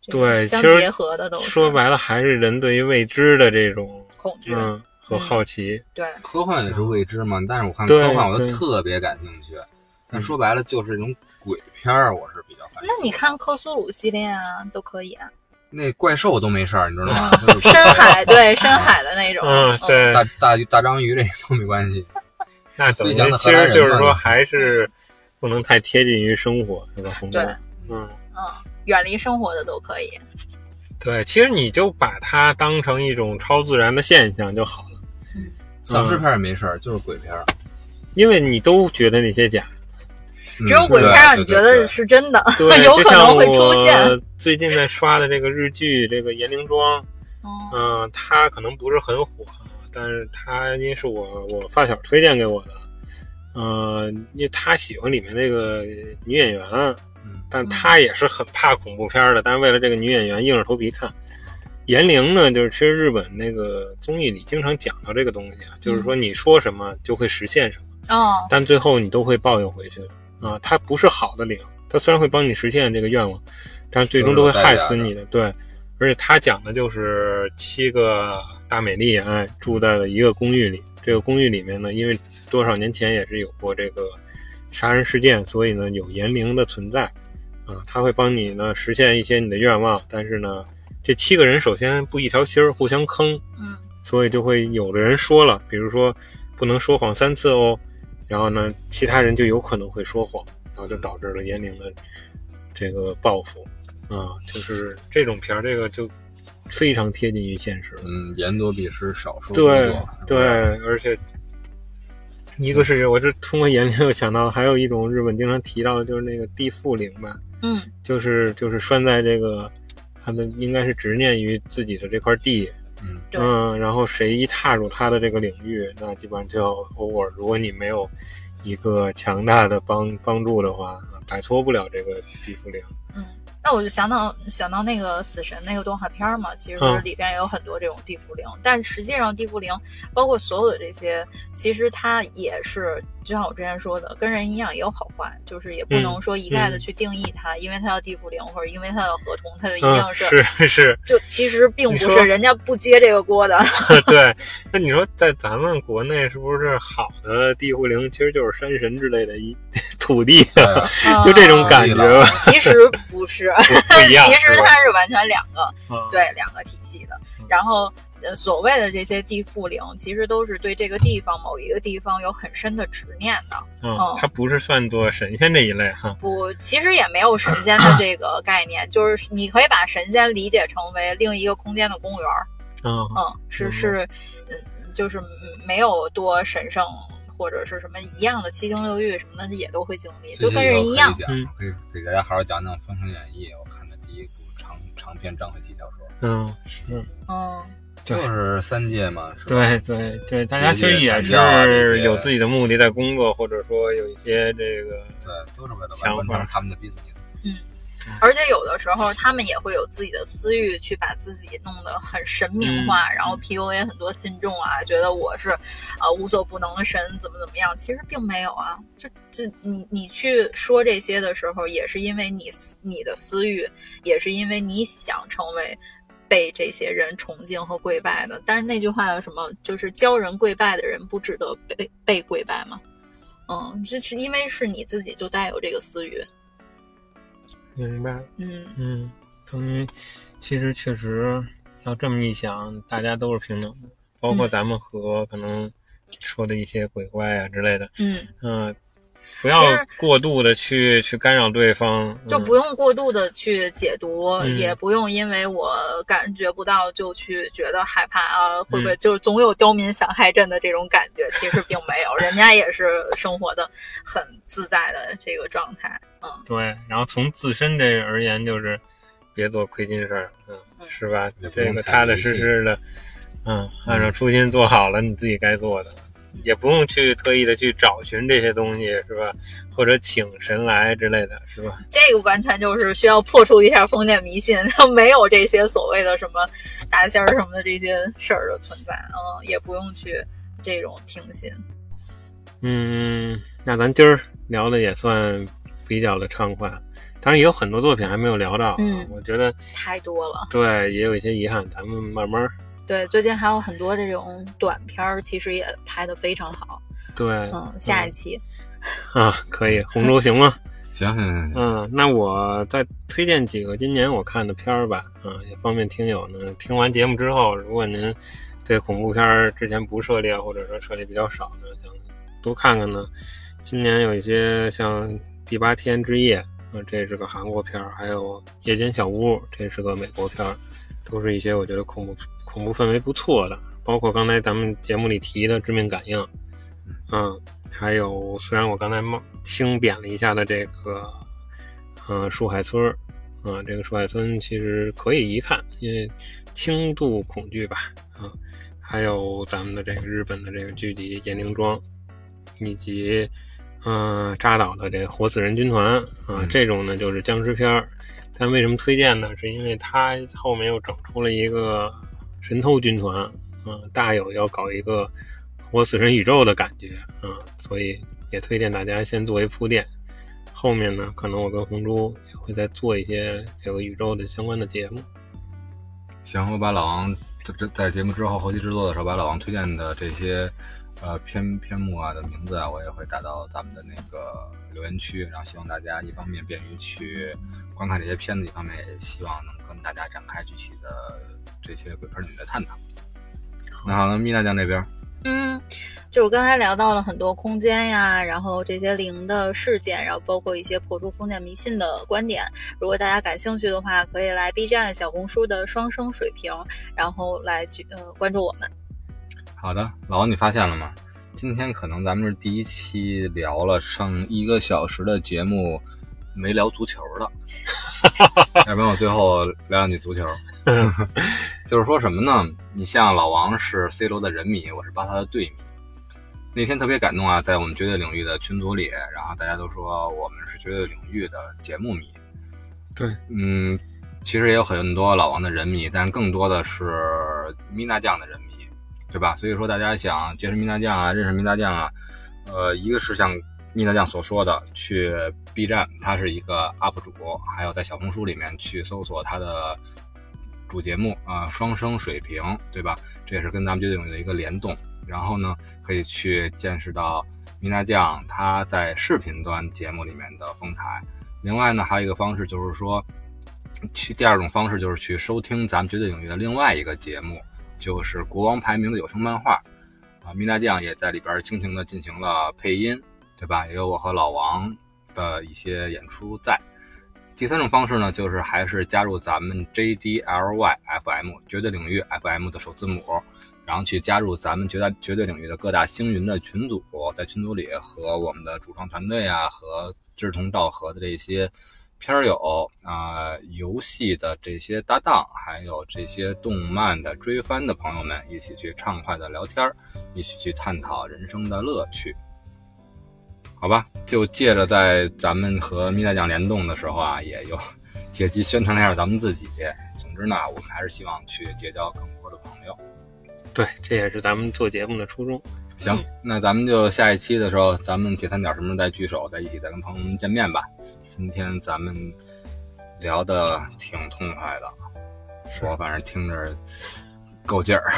Speaker 3: 这个
Speaker 2: 对
Speaker 3: 相
Speaker 2: 其实
Speaker 3: 结合的都是
Speaker 2: 说白了还是人对于未知的这种
Speaker 3: 恐惧，
Speaker 2: 嗯和好奇，
Speaker 3: 对
Speaker 1: 科幻也是未知嘛，但是我看
Speaker 2: 对
Speaker 1: 科幻我就
Speaker 2: 对嗯
Speaker 1: 特别感兴趣。但说白了就是这种鬼片儿，我是比较烦。
Speaker 3: 那你看科苏鲁系列啊，都可以啊，
Speaker 1: 那怪兽都没事儿，你知道 吗？就是
Speaker 3: 深海对深海的那种，
Speaker 2: 嗯，对，
Speaker 1: 大大大章鱼这个都没关系。
Speaker 2: 那怎么
Speaker 1: 飞翔的
Speaker 2: 其
Speaker 1: 荷兰人
Speaker 2: 实就是
Speaker 1: 嘛
Speaker 2: 说还是不能太贴近于生活，是吧？红哥
Speaker 3: 嗯对，
Speaker 2: 嗯，
Speaker 3: 远离生活的都可以，
Speaker 2: 对，其实你就把它当成一种超自然的现象就好了，
Speaker 1: 丧
Speaker 2: 嗯
Speaker 1: 尸片儿也没事儿，就是鬼片儿。
Speaker 2: 因为你都觉得那些假，
Speaker 1: 嗯
Speaker 3: 只有鬼片
Speaker 1: 对
Speaker 3: 让
Speaker 1: 对
Speaker 3: 你
Speaker 1: 对
Speaker 3: 觉
Speaker 1: 对
Speaker 3: 得是真的，
Speaker 2: 对，
Speaker 3: 有
Speaker 2: 就
Speaker 3: 可
Speaker 2: 像
Speaker 3: 能
Speaker 2: 我
Speaker 3: 会出现。
Speaker 2: 最近在刷的这个日剧，这个《严陵庄》，
Speaker 3: 嗯
Speaker 2: 嗯、它可能不是很火，但是它因为是我我发小推荐给我的，呃，因为他喜欢里面那个女演员，啊
Speaker 1: 嗯
Speaker 2: 但他也是很怕恐怖片的，但是为了这个女演员硬着头皮看。严玲呢，就是其实日本那个综艺里经常讲到这个东西啊，
Speaker 3: 嗯
Speaker 2: 就是说你说什么就会实现什么，
Speaker 3: 哦，
Speaker 2: 但最后你都会报应回去的啊。它不是好的灵，它虽然会帮你实现这个愿望，但最终都会害死你的。对，而且他讲的就是七个大美丽哎住在了一个公寓里，这个公寓里面呢，因为多少年前也是有过这个杀人事件，所以呢有言灵的存在啊，他会帮你呢实现一些你的愿望，但是呢。这七个人首先不一条心儿，互相坑，
Speaker 3: 嗯
Speaker 2: 所以就会有的人说了，比如说不能说谎三次哦，然后呢，其他人就有可能会说谎，然后就导致了严玲的这个报复啊，就是这种片儿，这个就非常贴近于现实了。
Speaker 1: 嗯，言多必失，少说
Speaker 2: 对
Speaker 1: 多做
Speaker 2: 对，，而且一个是我这通过严玲又想到了，还有一种日本经常提到的就是那个地缚灵吧，
Speaker 3: 嗯
Speaker 2: 就是就是拴在这个他的应该是执念于自己的这块地，
Speaker 1: 嗯，
Speaker 3: 对
Speaker 2: 嗯，然后谁一踏入他的这个领域，那基本上就要 over。如果你没有一个强大的帮帮助的话，摆脱不了这个地缚灵。
Speaker 3: 嗯。那我就想到想到那个死神那个动画片儿嘛，其实
Speaker 2: 嗯
Speaker 3: 里边也有很多这种地缚灵，但实际上地缚灵包括所有的这些，其实它也是就像我之前说的，跟人一样也有好坏，就是也不
Speaker 2: 嗯
Speaker 3: 能说一概的
Speaker 2: 嗯
Speaker 3: 去定义它，因为它叫地缚灵或者因为它叫合同，它就一
Speaker 2: 嗯，
Speaker 3: 定
Speaker 2: 是是，
Speaker 3: 就其实并
Speaker 2: 你
Speaker 3: 不
Speaker 2: 说
Speaker 3: 是人家不接这个锅的，
Speaker 2: 对。那你说在咱们国内是不是好的地缚灵其实就是山神之类的一 土地
Speaker 1: 对
Speaker 2: 啊，
Speaker 1: 啊
Speaker 2: 就这种感觉
Speaker 1: 地了
Speaker 2: 吧，
Speaker 3: 呃其实不是，
Speaker 2: 不不一样。
Speaker 3: 哦其实
Speaker 2: 是吧
Speaker 3: 它是完全两个，
Speaker 2: 嗯
Speaker 3: 对两个体系的
Speaker 2: 嗯。
Speaker 3: 然后，呃，所谓的这些地缚灵，其实都是对这个地方某一个地方有很深的执念的。
Speaker 2: 嗯
Speaker 3: 嗯，
Speaker 2: 它不是算作神仙这一类哈。
Speaker 3: 不，其实也没有神仙的这个概念，就是你可以把神仙理解成为另一个空间的公务员儿。
Speaker 2: 嗯
Speaker 3: 嗯，是
Speaker 2: 明白
Speaker 3: 是，嗯，就是没有多神圣。或者是什么一样的七情六欲什么的也都会经历，就
Speaker 1: 这
Speaker 3: 跟
Speaker 1: 些
Speaker 3: 人
Speaker 1: 以后
Speaker 3: 一样
Speaker 1: 可以。讲，
Speaker 2: 嗯
Speaker 1: 可以给大家好好讲讲《封神演义》，我看的第一部长长篇章回体小说，
Speaker 2: 嗯，
Speaker 3: 嗯，
Speaker 2: 对
Speaker 1: 就是三界嘛，是吧？
Speaker 2: 对对对，大家其
Speaker 1: 职
Speaker 2: 实
Speaker 1: 业
Speaker 2: 也
Speaker 1: 传教啊这
Speaker 2: 是
Speaker 1: 些
Speaker 2: 有自己的目的在工作，或者说有一些这个，
Speaker 1: 对，都是为了
Speaker 2: 想法
Speaker 1: 完成他们的 business。
Speaker 3: 而且有的时候他们也会有自己的私欲，去把自己弄得很神明化，然后 PUA 很多信众啊，觉得我是呃无所不能的神，怎么怎么样，其实并没有啊。这这你你去说这些的时候，也是因为你私你的私欲，也是因为你想成为。被这些人崇敬和跪拜的，但是那句话有什么？就是教人跪拜的人不值得被被跪拜吗？嗯，这是因为是你自己就带有这个私欲，
Speaker 2: 明白？
Speaker 3: 嗯，
Speaker 2: 嗯，嗯，其实确实要这么一想，大家都是平等的，包括
Speaker 3: 嗯
Speaker 2: 咱们和可能说的一些鬼怪啊之类的，
Speaker 3: 嗯，
Speaker 2: 嗯、不要
Speaker 3: 其实
Speaker 2: 过度的去去干扰对方，
Speaker 3: 就
Speaker 2: 嗯
Speaker 3: 不用过度的去解读，
Speaker 2: 嗯
Speaker 3: 也不用因为我感觉不到就去觉得害怕啊，会不会
Speaker 2: 嗯
Speaker 3: 就是总有刁民想害朕的这种感觉？其实并没有，人家也是生活的很自在的这个状态。嗯，
Speaker 2: 对，然后从自身这而言，就是别做亏心事儿，嗯，
Speaker 3: 嗯
Speaker 2: 是吧
Speaker 1: 也？不
Speaker 2: 这
Speaker 1: 用
Speaker 2: 个
Speaker 1: 太
Speaker 2: 踏踏
Speaker 1: 迷
Speaker 2: 实
Speaker 1: 信
Speaker 2: 实的，嗯，按照初心做好了你自己该做的，也不用去特意的去找寻这些东西，是吧？或者请神来之类的，是吧？
Speaker 3: 这个完全就是需要破除一下封建迷信， 没有这些所谓的什么大仙儿什么的这些事儿的存在。嗯，也不用去这种听信。
Speaker 2: 嗯，那咱今儿聊的也算比较的畅快。当然也有很多作品还没有聊到啊，
Speaker 3: 嗯
Speaker 2: 我觉得
Speaker 3: 太多了。
Speaker 2: 对，也有一些遗憾，咱们慢慢儿
Speaker 3: 对，最近还有很多这种短片儿，其实也拍得非常好。
Speaker 2: 对、
Speaker 3: 嗯，下一期，
Speaker 2: 啊，可以红州行吗？
Speaker 1: 行行行行，
Speaker 2: 嗯，那我再推荐几个今年我看的片儿吧，啊，也方便听友呢。听完节目之后，如果您对恐怖片儿之前不涉猎，或者说涉猎比较少的，想多看看呢，今年有一些像《第八天之夜》，啊，这是个韩国片儿，还有《夜间小屋》，这是个美国片儿，都是一些我觉得恐怖恐怖氛围不错的，包括刚才咱们节目里提的《致命感应》，嗯，还有虽然我刚才冒呃轻贬了一下的这个，呃，树海村儿，啊、这个树海村其实可以一看，因为轻度恐惧吧，啊、还有咱们的这个日本的这个剧集《岩灵庄》，以及嗯、呃扎导的这个《活死人军团》啊、
Speaker 1: 嗯
Speaker 2: 这种呢就是僵尸片儿。但为什么推荐呢？是因为它后面又整出了一个神偷军团，啊、大有要搞一个活死神宇宙的感觉啊、所以也推荐大家先作为铺垫。后面呢，可能我跟红猪也会再做一些这个宇宙的相关的节目。
Speaker 1: 行，我把老王这这在节目之后后期制作的时候，把老王推荐的这些呃篇篇目啊的名字啊，我也会打到咱们的那个留言区，然后希望大家一方面便于去观看这些片子，一方面也希望能跟大家展开具体的这些鬼片里的探讨。那好，那蜜娜酱这边，
Speaker 3: 嗯，就我刚才聊到了很多空间呀，然后这些灵的事件，然后包括一些破除封建迷信的观点。如果大家感兴趣的话，可以来 B 站、小红书的双生水平，然后来去呃关注我们。
Speaker 1: 好的，老王，你发现了吗？今天可能咱们是第一期聊了上一个小时的节目，没聊足球的，要不然我最后聊两句足球。 就是说什么呢？你像老王是 C 罗的人迷，我是巴萨的队迷。那天特别感动啊，在我们绝对领域的群组里，然后大家都说我们是绝对领域的节目迷。
Speaker 2: 对，
Speaker 1: 嗯，其实也有很多老王的人迷，但更多的是米娜酱的人迷。对吧？所以说大家想结识米大酱啊，认识米大酱啊，呃，一个是像米大酱所说的，去 B 站，他是一个 UP 主，还有在小红书里面去搜索他的主节目啊、双生水平，对吧？这也是跟咱们绝对领域的一个联动。然后呢，可以去见识到米娜酱他在视频端节目里面的风采。另外呢，还有一个方式就是说，去第二种方式就是去收听咱们绝对领域的另外一个节目，就是国王排名的有声漫画啊，米娜酱也在里边倾情的进行了配音，对吧？也有我和老王的一些演出在。第三种方式呢，就是还是加入咱们 JDLY FM 绝对领域 FM 的首字母，然后去加入咱们绝对绝对领域的各大星云的群组，在群组里和我们的主创团队啊，和志同道合的这些片儿友啊、游戏的这些搭档，还有这些动漫的追番的朋友们，一起去畅快的聊天儿，一起去探讨人生的乐趣。好吧，就借着在咱们和米娜酱联动的时候啊，也有借机宣传了一下咱们自己。总之呢，我们还是希望去结交更多的朋友。
Speaker 2: 对，这也是咱们做节目的初衷。
Speaker 1: 行
Speaker 3: 嗯，
Speaker 1: 那咱们就下一期的时候，咱们铁三角什么时候再聚首，再一起再跟朋友们见面吧。今天咱们聊的挺痛快的，我反正听着够劲儿。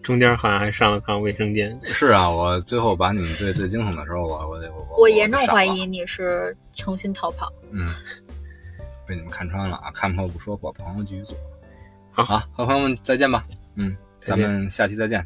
Speaker 2: 中间好像还上了趟卫生间。
Speaker 1: 是啊，我最后把你们最最惊悚的时候，我我我我
Speaker 3: 我严重
Speaker 1: 傻了
Speaker 3: 怀疑你是诚心逃跑。
Speaker 1: 嗯，被你们看穿了啊！看破不说破，朋友继续做。
Speaker 2: 好
Speaker 1: 好，和朋友们再见吧。嗯，
Speaker 2: 再
Speaker 1: 咱
Speaker 2: 见
Speaker 1: 们下期再见，